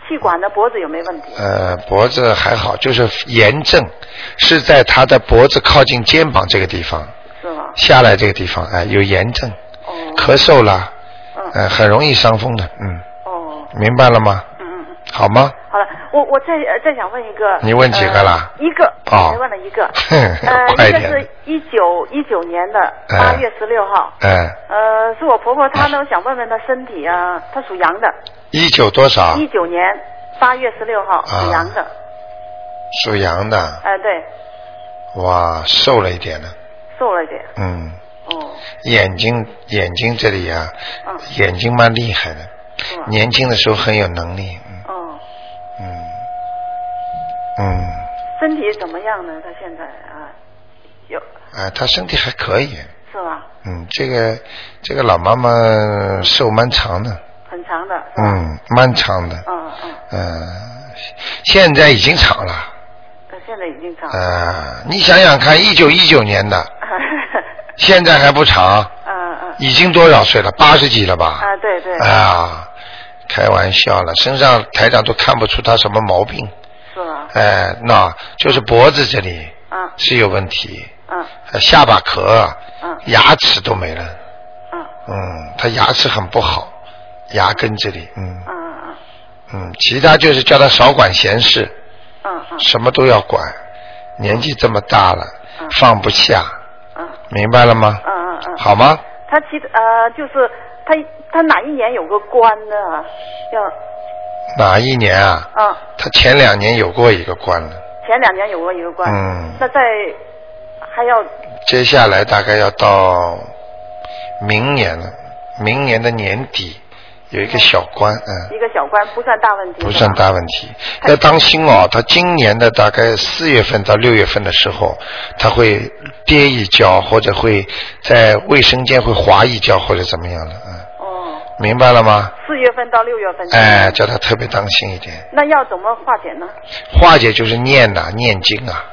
[SPEAKER 7] 气管的脖子有没有问题？
[SPEAKER 1] 呃脖子还好，就是炎症是在他的脖子靠近肩膀这个地方
[SPEAKER 7] 是吗？
[SPEAKER 1] 下来这个地方，哎、有炎症，
[SPEAKER 7] 哦
[SPEAKER 1] 咳嗽啦，
[SPEAKER 7] 嗯
[SPEAKER 1] 呃很容易伤风的，嗯，
[SPEAKER 7] 哦，
[SPEAKER 1] 明白了吗？
[SPEAKER 7] 嗯嗯嗯，
[SPEAKER 1] 好吗？
[SPEAKER 7] 好了，我我再呃再想问一个。
[SPEAKER 1] 你问几个啦
[SPEAKER 7] 呃一个，
[SPEAKER 1] 哦。
[SPEAKER 7] 我才问了一个 呃，
[SPEAKER 1] 快
[SPEAKER 7] 一个
[SPEAKER 1] 点
[SPEAKER 7] 是一九一九年的
[SPEAKER 1] 哎
[SPEAKER 7] 八月十六号，
[SPEAKER 1] 哎、
[SPEAKER 7] 呃，是我婆婆，她呢想问问她身体啊，她属羊的，
[SPEAKER 1] 1一九多少？
[SPEAKER 7] 一九年八月十六号
[SPEAKER 1] 啊
[SPEAKER 7] 属羊的，
[SPEAKER 1] 属羊的，
[SPEAKER 7] 哎、对，
[SPEAKER 1] 哇，瘦了一点了，
[SPEAKER 7] 瘦了一点，
[SPEAKER 1] 嗯，
[SPEAKER 7] 哦，
[SPEAKER 1] 眼睛眼睛这里啊，
[SPEAKER 7] 嗯，
[SPEAKER 1] 眼睛蛮厉害的，
[SPEAKER 7] 是吗？
[SPEAKER 1] 年轻的时候很有能力，嗯
[SPEAKER 7] 哦，
[SPEAKER 1] 嗯嗯，
[SPEAKER 7] 身体怎么样呢？她现在啊，有
[SPEAKER 1] 啊，她身体还可以，
[SPEAKER 7] 是吧？
[SPEAKER 1] 嗯，这个这个老妈妈瘦蛮长的，
[SPEAKER 7] 很长的，是吧？
[SPEAKER 1] 嗯，蛮长的，
[SPEAKER 7] 嗯嗯，
[SPEAKER 1] 嗯，现在已经长了，
[SPEAKER 7] 呃现在已经长了。
[SPEAKER 1] 啊，你想想看，一九一九 年的，现在还不长，
[SPEAKER 7] 嗯嗯
[SPEAKER 1] 已经多少岁了？八十几了吧？
[SPEAKER 7] 啊，对对，
[SPEAKER 1] 啊，开玩笑了，身上台长都看不出他什么毛病，
[SPEAKER 7] 是吧？
[SPEAKER 1] 哎，那就是脖子这里
[SPEAKER 7] 嗯
[SPEAKER 1] 是有问题，
[SPEAKER 7] 嗯
[SPEAKER 1] 呃下巴壳、
[SPEAKER 7] 嗯
[SPEAKER 1] 牙齿都没了，
[SPEAKER 7] 嗯
[SPEAKER 1] 嗯，他牙齿很不好，牙根这里，嗯
[SPEAKER 7] 嗯嗯
[SPEAKER 1] 嗯，其他就是叫他少管闲事，
[SPEAKER 7] 嗯嗯
[SPEAKER 1] 什么都要管，年纪这么大了，
[SPEAKER 7] 嗯
[SPEAKER 1] 放不下，
[SPEAKER 7] 嗯
[SPEAKER 1] 明白了吗？
[SPEAKER 7] 嗯嗯，
[SPEAKER 1] 好吗？
[SPEAKER 7] 他其实呃，就是他他哪一年有个官呢？要
[SPEAKER 1] 哪一年啊？
[SPEAKER 7] 嗯，
[SPEAKER 1] 他前两年有过一个官了，
[SPEAKER 7] 前两年有过一个官，
[SPEAKER 1] 嗯。
[SPEAKER 7] 那在还要
[SPEAKER 1] 接下来大概要到明年了，明年的年底有一个小官，嗯，
[SPEAKER 7] 一个小官，不算大问题，
[SPEAKER 1] 不算
[SPEAKER 7] 是吧。
[SPEAKER 1] 大问题，要当心哦。他今年的大概四月份到六月份的时候，他会跌一跤，或者会在卫生间会滑一跤，或者怎么样了，嗯，
[SPEAKER 7] 哦，
[SPEAKER 1] 明白了吗？
[SPEAKER 7] 四月份到六月份。
[SPEAKER 1] 哎，。叫他特别当心一点。
[SPEAKER 7] 那要怎么化解呢？
[SPEAKER 1] 化解就是念呐、念经啊，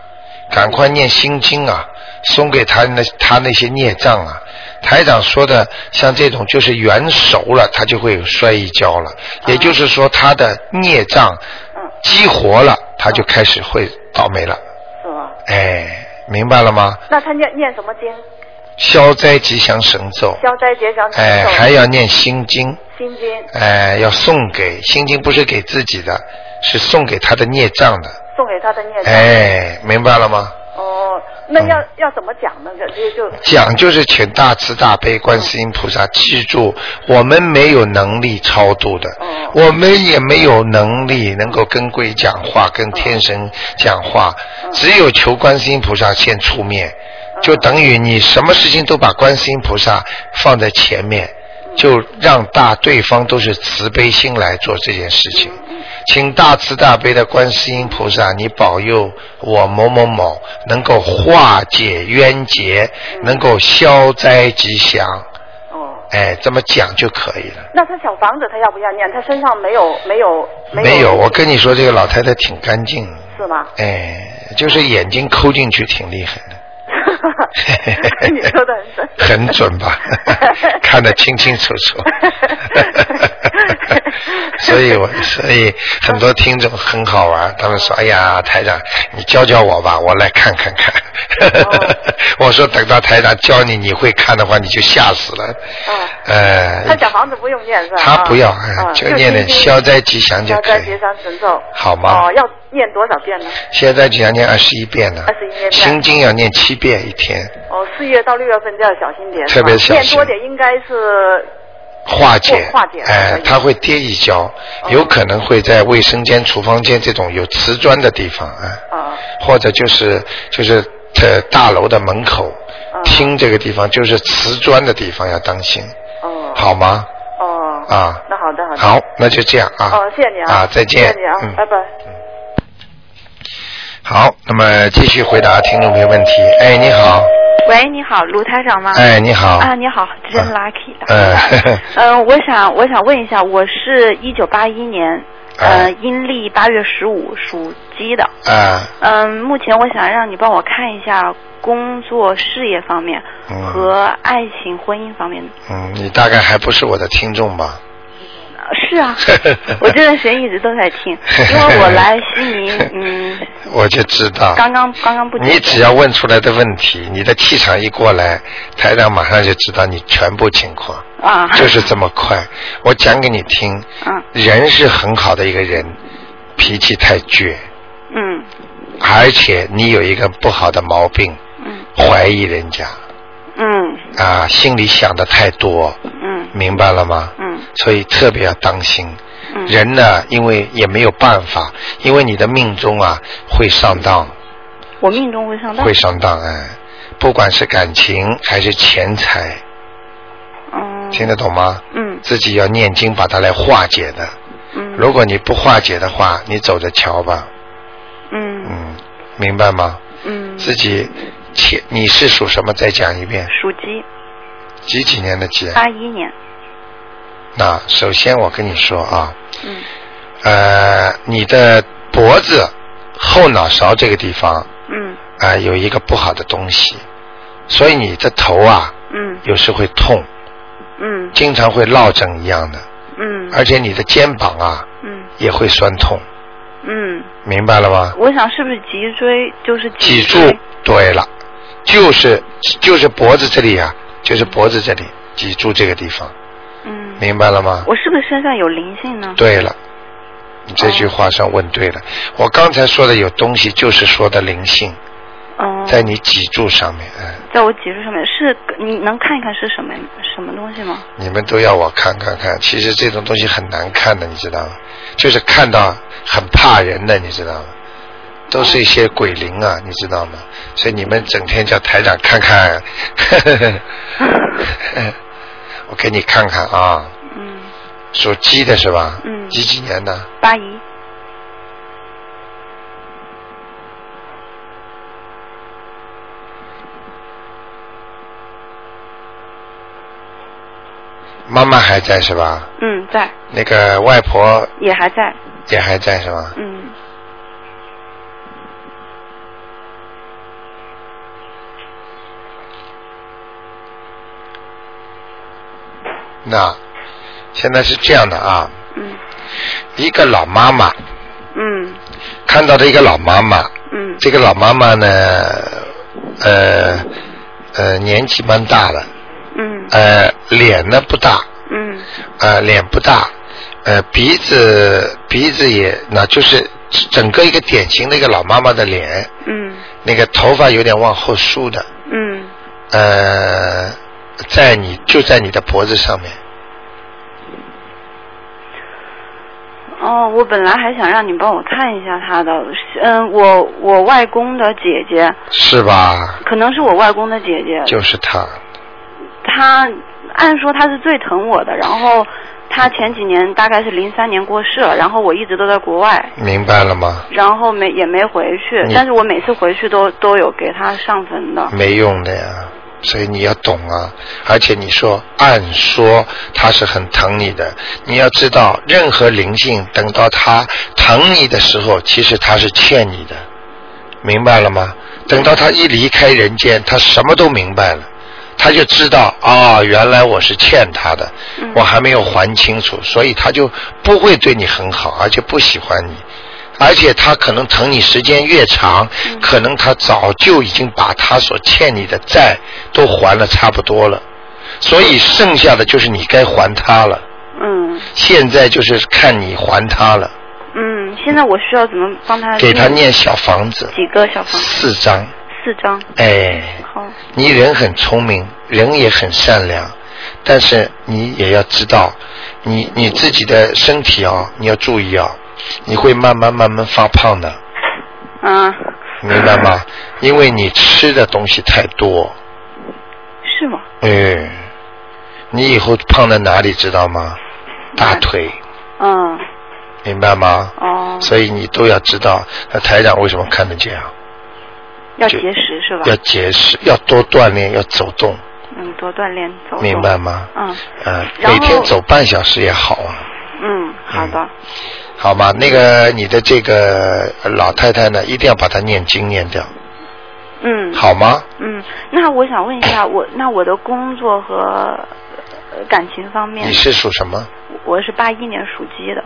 [SPEAKER 1] 赶快念心经啊，送给他那他那些孽障啊。台长说的，像这种就是缘熟了，他就会摔一跤了。也就是说，他的孽障
[SPEAKER 7] 嗯，
[SPEAKER 1] 激活了，他就开始会倒霉了。
[SPEAKER 7] 是吧？
[SPEAKER 1] 哎，明白了吗？
[SPEAKER 7] 那他念念什么经？
[SPEAKER 1] 消灾吉祥神咒，
[SPEAKER 7] 消灾吉祥神
[SPEAKER 1] 哎，
[SPEAKER 7] 咒、
[SPEAKER 1] 还要念心经，
[SPEAKER 7] 心经，
[SPEAKER 1] 哎，要送给心经不是给自己的，是送给他的孽障的。
[SPEAKER 7] 送给他的念。
[SPEAKER 1] 哎，明白了吗？
[SPEAKER 7] 哦，那要、
[SPEAKER 1] 嗯
[SPEAKER 7] 要怎么讲呢？就就就
[SPEAKER 1] 讲就是请大慈大悲观世音菩萨记住，我们没有能力超度的，
[SPEAKER 7] 哦
[SPEAKER 1] 我们也没有能力能够跟鬼讲话、跟天神讲话，
[SPEAKER 7] 嗯
[SPEAKER 1] 只有求观世音菩萨先出面，就等于你什么事情都把观世音菩萨放在前面。
[SPEAKER 7] 嗯
[SPEAKER 1] 就让大对方都是慈悲心来做这件事情，请大慈大悲的观世音菩萨，你保佑我某某某能够化解冤结，能够消灾吉祥。
[SPEAKER 7] 哦。
[SPEAKER 1] 哎，这么讲就可以了。
[SPEAKER 7] 那他小房子他要不要念？他身上没有没有有
[SPEAKER 1] 没有，我跟你说，这个老太太挺干净，
[SPEAKER 7] 是吗？
[SPEAKER 1] 哎，就是眼睛抠进去挺厉害的。。
[SPEAKER 7] 你说的很准
[SPEAKER 1] 很准 吧？看得清清楚楚。 所以我，所以很多听众很好玩，他们说：“哎呀，台长，你教教我吧，我来看看看。
[SPEAKER 7] 哦”
[SPEAKER 1] 我说：“等到台长教你，你会看的话，你就吓死了。”
[SPEAKER 7] 哦他
[SPEAKER 1] 呃，
[SPEAKER 7] 小房子不用念是吧？
[SPEAKER 1] 他不要，
[SPEAKER 7] 啊
[SPEAKER 1] 哎
[SPEAKER 7] 啊
[SPEAKER 1] 就念点
[SPEAKER 7] 心经
[SPEAKER 1] 消灾吉祥就
[SPEAKER 7] 消
[SPEAKER 1] 可
[SPEAKER 7] 灾
[SPEAKER 1] 以
[SPEAKER 7] 吉。祥神咒，
[SPEAKER 1] 好吗
[SPEAKER 7] 哦，要念多少遍呢？
[SPEAKER 1] 现在吉祥念二十一遍呢
[SPEAKER 7] 21遍，
[SPEAKER 1] 心经要念七遍一天，
[SPEAKER 7] 哦，四月到六月份就要小心点，
[SPEAKER 1] 特别
[SPEAKER 7] 是
[SPEAKER 1] 小
[SPEAKER 7] 吧
[SPEAKER 1] 心
[SPEAKER 7] 念多点应该是
[SPEAKER 1] 化解，
[SPEAKER 7] 化解
[SPEAKER 1] 哎
[SPEAKER 7] 可以，哦
[SPEAKER 1] 他会跌一跤，有可能会在卫生间、厨房间这种有瓷砖的地方啊，
[SPEAKER 7] 啊
[SPEAKER 1] 或者就是就是呃大楼的门口、厅这个地方，就是瓷砖的地方要当心，
[SPEAKER 7] 哦
[SPEAKER 1] 好吗？
[SPEAKER 7] 哦
[SPEAKER 1] 啊
[SPEAKER 7] 那好的好的
[SPEAKER 1] 好，那就这样啊。
[SPEAKER 7] 哦，谢谢你啊
[SPEAKER 1] 啊，再见。
[SPEAKER 7] 谢谢你啊，
[SPEAKER 1] 嗯
[SPEAKER 7] 拜拜。
[SPEAKER 1] 好，那么继续回答听众朋友问题。哎，你好，
[SPEAKER 8] 喂，你好，卢台长吗？
[SPEAKER 1] 哎，你好。
[SPEAKER 8] 啊，你好，真
[SPEAKER 1] 啊
[SPEAKER 8] lucky 的。
[SPEAKER 1] 呃呵呵
[SPEAKER 8] 呃，我想
[SPEAKER 1] 哎
[SPEAKER 8] 我想问一下，我是一九八一年，呃，阴历八月十五属机的。
[SPEAKER 1] 啊，
[SPEAKER 8] 嗯，目前我想让你帮我看一下工作、事业方面
[SPEAKER 1] 嗯
[SPEAKER 8] 和爱情、婚姻方面。
[SPEAKER 1] 嗯，你大概还不是我的听众吧？
[SPEAKER 8] 呃是啊，我这段时间一直都在听，因为我来悉尼，嗯，
[SPEAKER 1] 我就知道。
[SPEAKER 8] 刚刚刚刚不久。
[SPEAKER 1] 你只要问出来的问题，你的气场一过来，台长马上就知道你全部情况，
[SPEAKER 8] 啊，
[SPEAKER 1] 就是这么快。我讲给你听，
[SPEAKER 8] 嗯
[SPEAKER 1] 人是很好的一个人，脾气太倔，
[SPEAKER 8] 嗯
[SPEAKER 1] 而且你有一个不好的毛病，
[SPEAKER 8] 嗯
[SPEAKER 1] 怀疑人家
[SPEAKER 8] 嗯
[SPEAKER 1] 啊，心里想的太多，
[SPEAKER 8] 嗯
[SPEAKER 1] 明白了吗？
[SPEAKER 8] 嗯
[SPEAKER 1] 所以特别要当心。
[SPEAKER 8] 嗯
[SPEAKER 1] 人呢，因为也没有办法，因为你的命中啊会上当，
[SPEAKER 8] 我命中会上当
[SPEAKER 1] 会。上当哎，不管是感情还是钱财，
[SPEAKER 8] 嗯
[SPEAKER 1] 听得懂吗？
[SPEAKER 8] 嗯
[SPEAKER 1] 自己要念经把它来化解的。
[SPEAKER 8] 嗯
[SPEAKER 1] 如果你不化解的话，你走着瞧吧。
[SPEAKER 8] 嗯
[SPEAKER 1] 嗯，明白吗？
[SPEAKER 8] 嗯，
[SPEAKER 1] 自己，钱你是属什么？再讲一遍，
[SPEAKER 8] 属鸡，
[SPEAKER 1] 几几年的鸡？啊
[SPEAKER 8] 八一年。
[SPEAKER 1] 那首先我跟你说啊，
[SPEAKER 8] 嗯
[SPEAKER 1] 呃，你的脖子后脑勺这个地方啊、
[SPEAKER 8] 嗯
[SPEAKER 1] 有一个不好的东西，所以你的头啊
[SPEAKER 8] 嗯
[SPEAKER 1] 有时会痛，
[SPEAKER 8] 嗯
[SPEAKER 1] 经常会落枕一样的，
[SPEAKER 8] 嗯
[SPEAKER 1] 而且你的肩膀啊
[SPEAKER 8] 嗯
[SPEAKER 1] 也会酸痛，
[SPEAKER 8] 嗯，
[SPEAKER 1] 明白了吗？
[SPEAKER 8] 我想是不是脊椎就是
[SPEAKER 1] 脊柱
[SPEAKER 8] 椎？
[SPEAKER 1] 对了，就是就是脖子这里啊，就是脖子这里，脊柱这个地方，
[SPEAKER 8] 嗯，
[SPEAKER 1] 明白了吗？
[SPEAKER 8] 我是不是身上有灵性呢？
[SPEAKER 1] 对了，你这句话上问对了。我刚才说的有东西，就是说的灵性
[SPEAKER 8] 嗯，
[SPEAKER 1] 在你脊柱上面。嗯，
[SPEAKER 8] 在我脊椎上面是，你能看一看是什么什么东西吗？
[SPEAKER 1] 你们都要我看看看，其实这种东西很难看的，你知道吗？就是看到很怕人的，你知道吗？都是一些鬼灵啊，你知道吗？所以你们整天叫台长看看， 我给你看看啊，
[SPEAKER 8] 嗯，
[SPEAKER 1] 属鸡的是吧？
[SPEAKER 8] 嗯
[SPEAKER 1] 几几年的？
[SPEAKER 8] 八一，
[SPEAKER 1] 妈妈还在是吧？
[SPEAKER 8] 嗯，在，
[SPEAKER 1] 那个外婆
[SPEAKER 8] 也还在，
[SPEAKER 1] 也还在是吧？
[SPEAKER 8] 嗯
[SPEAKER 1] 那现在是这样的啊，
[SPEAKER 8] 嗯
[SPEAKER 1] 一个老妈妈
[SPEAKER 8] 嗯
[SPEAKER 1] 看到的一个老妈妈，
[SPEAKER 8] 嗯
[SPEAKER 1] 这个老妈妈呢，呃呃年纪蛮大了，
[SPEAKER 8] 嗯
[SPEAKER 1] 呃脸呢不大，
[SPEAKER 8] 嗯
[SPEAKER 1] 呃脸不大，呃鼻子鼻子也那就是整个一个典型的一个老妈妈的脸，
[SPEAKER 8] 嗯
[SPEAKER 1] 那个头发有点往后梳的，
[SPEAKER 8] 嗯，
[SPEAKER 1] 呃在你就在你的脖子上面，
[SPEAKER 8] 哦，我本来还想让你帮我看一下他的，嗯，我我外公的姐姐，
[SPEAKER 1] 是吧？
[SPEAKER 8] 可能是我外公的姐姐，
[SPEAKER 1] 就是他，
[SPEAKER 8] 他按说他是最疼我的，然后他前几年大概是零三年过世了，然后我一直都在国外，
[SPEAKER 1] 明白了吗？
[SPEAKER 8] 然后没也没回去
[SPEAKER 1] 你，
[SPEAKER 8] 但是我每次回去都都有给他上坟的，
[SPEAKER 1] 没用的呀，所以你要懂啊。而且你说，按说他是很疼你的，你要知道，任何灵性等到他疼你的时候，其实他是欠你的，明白了吗？等到他一离开人间，他什么都明白了。他就知道啊、原来我是欠他的，
[SPEAKER 8] 嗯
[SPEAKER 1] 我还没有还清楚，所以他就不会对你很好，而且不喜欢你，而且他可能疼你时间越长，可能他早就已经把他所欠你的债都还了差不多了，所以剩下的就是你该还他了。
[SPEAKER 8] 嗯
[SPEAKER 1] 现在就是看你还他了，
[SPEAKER 8] 嗯，现在我需要怎么帮他
[SPEAKER 1] 给他念小房子
[SPEAKER 8] 几个小房
[SPEAKER 1] 四张，
[SPEAKER 8] 四张，
[SPEAKER 1] 哎，
[SPEAKER 8] 好，
[SPEAKER 1] 你人很聪明，人也很善良，但是你也要知道，你你自己的身体哦，你要注意哦，你会慢慢慢慢发胖的，
[SPEAKER 8] 嗯，
[SPEAKER 1] 明白吗？因为你吃的东西太多，
[SPEAKER 8] 是吗？
[SPEAKER 1] 哎，你以后胖在哪里知道吗？大腿，
[SPEAKER 8] 嗯，
[SPEAKER 1] 明白吗？
[SPEAKER 8] 哦，
[SPEAKER 1] 所以你都要知道，那台长为什么看得见啊？
[SPEAKER 8] 要节食是吧？
[SPEAKER 1] 要节食，要多锻炼，要走动，
[SPEAKER 8] 嗯，多锻炼，走动
[SPEAKER 1] 明白？吗？
[SPEAKER 8] 嗯
[SPEAKER 1] 呃，
[SPEAKER 8] 然后
[SPEAKER 1] 每天走半小时也好啊。
[SPEAKER 8] 嗯，
[SPEAKER 6] 好的，
[SPEAKER 1] 好吧，那个你的这个呃老太太呢，一定要把她念经念掉，
[SPEAKER 6] 嗯，
[SPEAKER 1] 好吗？
[SPEAKER 6] 嗯，那我想问一下，我那我的工作和呃感情方面
[SPEAKER 1] 你，是属什么？
[SPEAKER 6] 我是八一年属鸡的，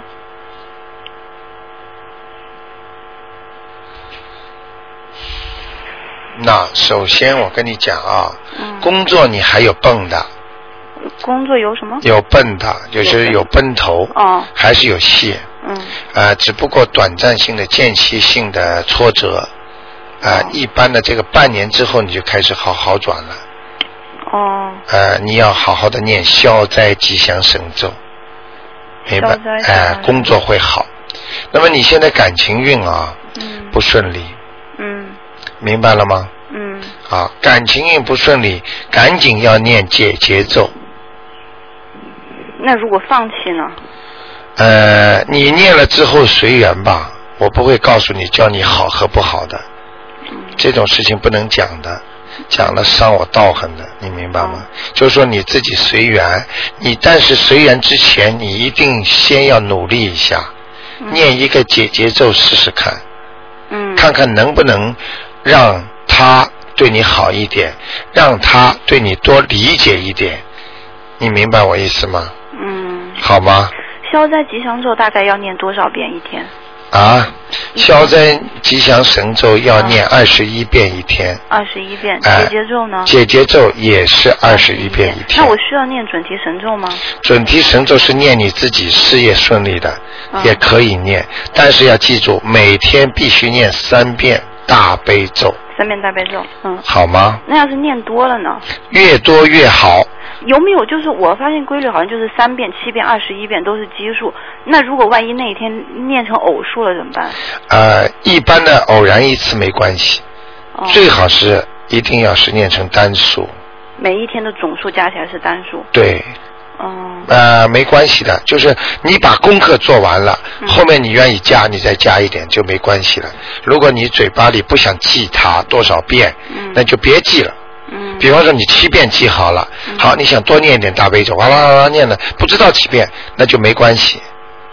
[SPEAKER 1] 那首先我跟你讲啊，
[SPEAKER 8] 嗯
[SPEAKER 1] 工作你还有笨的，
[SPEAKER 6] 工作有什么？
[SPEAKER 1] 有笨的，就是有奔头，
[SPEAKER 6] 哦，
[SPEAKER 1] 还是有戏，
[SPEAKER 6] 嗯，
[SPEAKER 1] 啊，只不过短暂性的、间歇性的挫折，啊，一般的这个半年之后你就开始好好转了。
[SPEAKER 6] 哦，
[SPEAKER 1] 呃，你要好好的念消灾吉祥神咒，明白
[SPEAKER 6] 消？灾吉祥
[SPEAKER 1] 哎、
[SPEAKER 6] 神咒
[SPEAKER 1] 工作会好。那么你现在感情运啊，不顺利，
[SPEAKER 6] 嗯
[SPEAKER 1] 明白了吗？
[SPEAKER 6] 嗯，
[SPEAKER 1] 啊，感情运不顺利，赶紧要念解节奏。
[SPEAKER 6] 那如果放弃呢？
[SPEAKER 1] 呃，你念了之后随缘吧，我不会告诉你教你好和不好的，这种事情不能讲的，讲了伤我道行的，你明白吗？就是说你自己随缘，你但是随缘之前，你一定先要努力一下，念一个解节奏试试看，
[SPEAKER 6] 嗯，
[SPEAKER 1] 看看能不能让他对你好一点，让他对你多理解一点，你明白我意思吗？
[SPEAKER 6] 嗯，
[SPEAKER 1] 好吗？
[SPEAKER 6] 消灾吉祥咒大概要念多少遍一天？
[SPEAKER 1] 啊，消灾吉祥神咒要念
[SPEAKER 6] 啊
[SPEAKER 1] 二十一遍一天，
[SPEAKER 6] 二十一遍。
[SPEAKER 1] 哎
[SPEAKER 6] 解结咒呢？
[SPEAKER 1] 解结咒也是二十一遍一天。
[SPEAKER 6] 啊那我需要念准提神咒吗？
[SPEAKER 1] 准提神咒是念你自己事业顺利的，
[SPEAKER 6] 嗯
[SPEAKER 1] 也可以念，但是要记住每天必须念三遍大悲咒，
[SPEAKER 6] 三遍大悲咒，嗯。
[SPEAKER 1] 好吗？
[SPEAKER 6] 那要是念多了呢？
[SPEAKER 1] 越多越好。
[SPEAKER 6] 有没有就是我发现规律好像就是三遍、七遍、二十一遍都是奇数。那如果万一那一天念成偶数了怎么办？
[SPEAKER 1] 呃，一般的偶然一次没关系，
[SPEAKER 6] 哦，
[SPEAKER 1] 最好是一定要是念成单数。
[SPEAKER 6] 每一天的总数加起来是单数。
[SPEAKER 1] 对，
[SPEAKER 6] 嗯
[SPEAKER 1] 呃，没关系的，就是你把功课做完了，
[SPEAKER 6] 嗯
[SPEAKER 1] 后面你愿意加，你再加一点就没关系了。如果你嘴巴里不想记它多少遍，
[SPEAKER 6] 嗯
[SPEAKER 1] 那就别记了。比方说你七遍记好了，
[SPEAKER 6] 嗯
[SPEAKER 1] 好，你想多念一点大悲咒，哇啦啦啦念了，不知道几遍，那就没关系，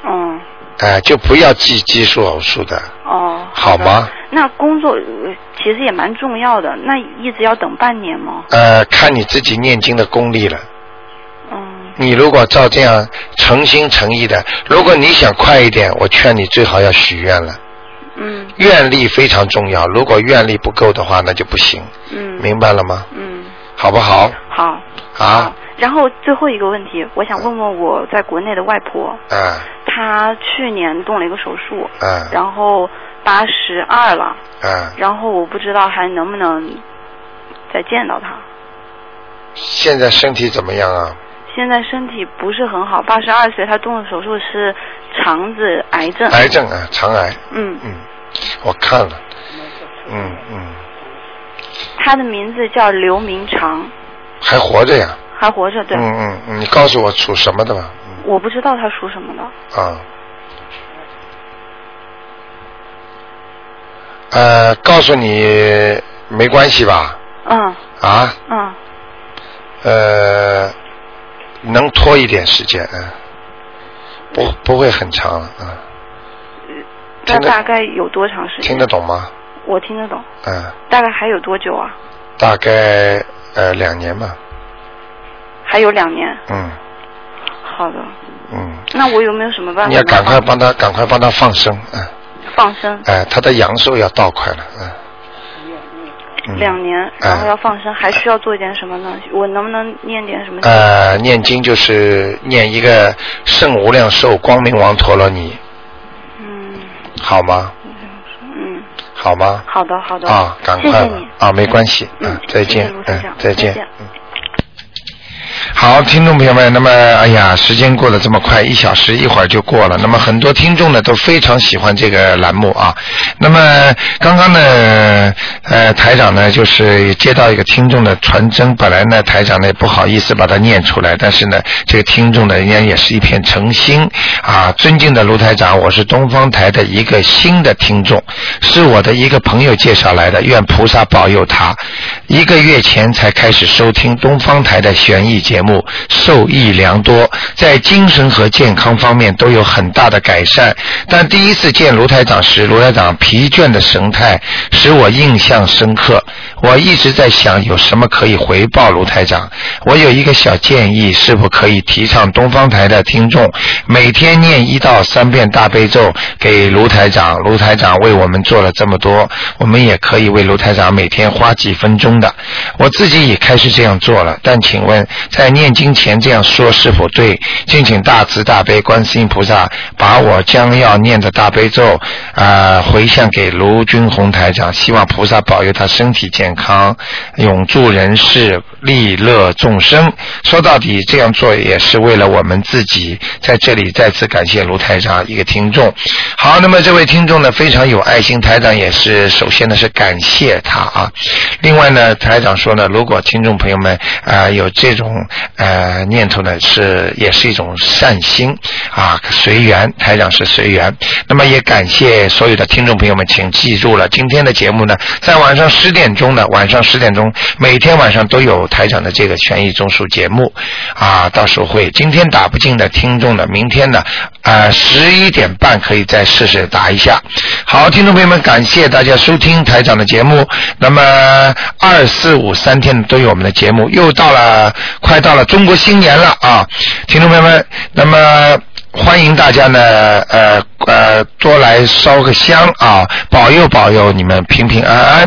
[SPEAKER 6] 嗯
[SPEAKER 1] 哎、就不要记奇数偶数的，
[SPEAKER 6] 哦。
[SPEAKER 1] 好
[SPEAKER 6] 的
[SPEAKER 1] 吗？
[SPEAKER 6] 那工作呃其实也蛮重要的，那一直要等半年吗？
[SPEAKER 1] 呃，看你自己念经的功力了。
[SPEAKER 6] 嗯。
[SPEAKER 1] 你如果照这样诚心诚意的，如果你想快一点，我劝你最好要许愿了。
[SPEAKER 6] 嗯
[SPEAKER 1] 愿力非常重要，如果愿力不够的话，那就不行，
[SPEAKER 6] 嗯
[SPEAKER 1] 明白了吗？
[SPEAKER 6] 嗯，
[SPEAKER 1] 好不好？
[SPEAKER 6] 好。
[SPEAKER 1] 啊，
[SPEAKER 6] 然后最后一个问题，我想问问我在国内的外婆，
[SPEAKER 1] 嗯
[SPEAKER 6] 她去年动了一个手术，
[SPEAKER 1] 嗯
[SPEAKER 6] 然后八十二了，
[SPEAKER 1] 嗯，
[SPEAKER 6] 然后我不知道还能不能再见到她。
[SPEAKER 1] 现在身体怎么样啊？
[SPEAKER 6] 现在身体不是很好，八十二岁，她动了手术是肠子癌症。
[SPEAKER 1] 癌症啊，肠癌，
[SPEAKER 6] 嗯，
[SPEAKER 1] 嗯，我看了，嗯嗯，
[SPEAKER 6] 她的名字叫刘明长，
[SPEAKER 1] 还活着呀，
[SPEAKER 6] 还活着，对。
[SPEAKER 1] 嗯嗯嗯，你告诉我属什么的吧？嗯
[SPEAKER 6] 我不知道她属什么的。
[SPEAKER 1] 啊，呃，告诉你没关系吧？
[SPEAKER 6] 嗯
[SPEAKER 1] 啊，
[SPEAKER 6] 嗯
[SPEAKER 1] 呃，能拖一点时间，嗯，不不会很长，嗯，
[SPEAKER 6] 那
[SPEAKER 1] 听得
[SPEAKER 6] 大概有多长时间？
[SPEAKER 1] 听得懂吗？
[SPEAKER 6] 我听得懂。
[SPEAKER 1] 嗯，
[SPEAKER 6] 大概还有多久啊？
[SPEAKER 1] 大概呃两年吧，
[SPEAKER 6] 还有两年。
[SPEAKER 1] 嗯
[SPEAKER 6] 好的，
[SPEAKER 1] 嗯，
[SPEAKER 6] 那我有没有什么办法？
[SPEAKER 1] 你要赶快帮他赶快帮他放生，嗯，
[SPEAKER 6] 放生，
[SPEAKER 1] 哎、他的阳寿要到快了，嗯嗯，
[SPEAKER 6] 两年，然后要放生，还需要做一点什么呢？我能不能念点什么？
[SPEAKER 1] 呃，念经就是念一个圣无量寿光明王陀罗尼，嗯，好吗？
[SPEAKER 6] 嗯，
[SPEAKER 1] 好吗？
[SPEAKER 6] 好的，好的。
[SPEAKER 1] 啊，赶
[SPEAKER 6] 谢
[SPEAKER 1] 快
[SPEAKER 6] 谢
[SPEAKER 1] 吧
[SPEAKER 6] 你。
[SPEAKER 1] 啊，没关系，
[SPEAKER 6] 嗯
[SPEAKER 1] 嗯，再见
[SPEAKER 6] 谢谢卢，台
[SPEAKER 1] 嗯
[SPEAKER 6] 长，
[SPEAKER 1] 再见
[SPEAKER 6] 再见，
[SPEAKER 1] 嗯。好，听众朋友们，那么哎呀，时间过得这么快，一小时一会儿就过了。那么很多听众呢都非常喜欢这个栏目啊。那么刚刚呢，呃，台长呢就是也接到一个听众的传真，本来呢台长呢也不好意思把它念出来，但是呢这个听众呢人家也是一片诚心啊，尊敬的卢台长，我是东方台的一个新的听众，是我的一个朋友介绍来的，愿菩萨保佑他。一个月前才开始收听东方台的悬疑节目。目受益良多，在精神和健康方面都有很大的改善。但第一次见卢台长时，卢台长疲倦的神态使我印象深刻。我一直在想有什么可以回报卢台长。我有一个小建议，是否可以提倡东方台的听众每天念一到三遍大悲咒给卢台长？卢台长为我们做了这么多，我们也可以为卢台长每天花几分钟的。我自己也开始这样做了，但请问在念经前这样说是否对？敬请大慈大悲观世音菩萨把我将要念的大悲咒啊、呃回向给卢军红台长，希望菩萨保佑他身体健康，永驻人世，利乐众生。说到底，这样做也是为了我们自己。在这里再次感谢卢台长一个听众。好，那么这位听众呢非常有爱心，台长也是首先呢是感谢他啊。另外呢，台长说呢，如果听众朋友们啊、呃有这种呃念头呢，是也是一种善心啊，随缘，台长是随缘。那么也感谢所有的听众朋友们，请记住了，今天的节目呢，在晚上十点钟呢，晚上十点钟，每天晚上都有台长的这个权益综述节目啊，到时候会今天打不进的听众呢，明天呢，啊十一点半可以再试试打一下。好，听众朋友们，感谢大家收听台长的节目。那么二四五三天都有我们的节目，又到了快到了中国新年了啊，听众朋友们，那么。欢迎大家呢，呃呃，多来烧个香啊，保佑保佑你们平平安安。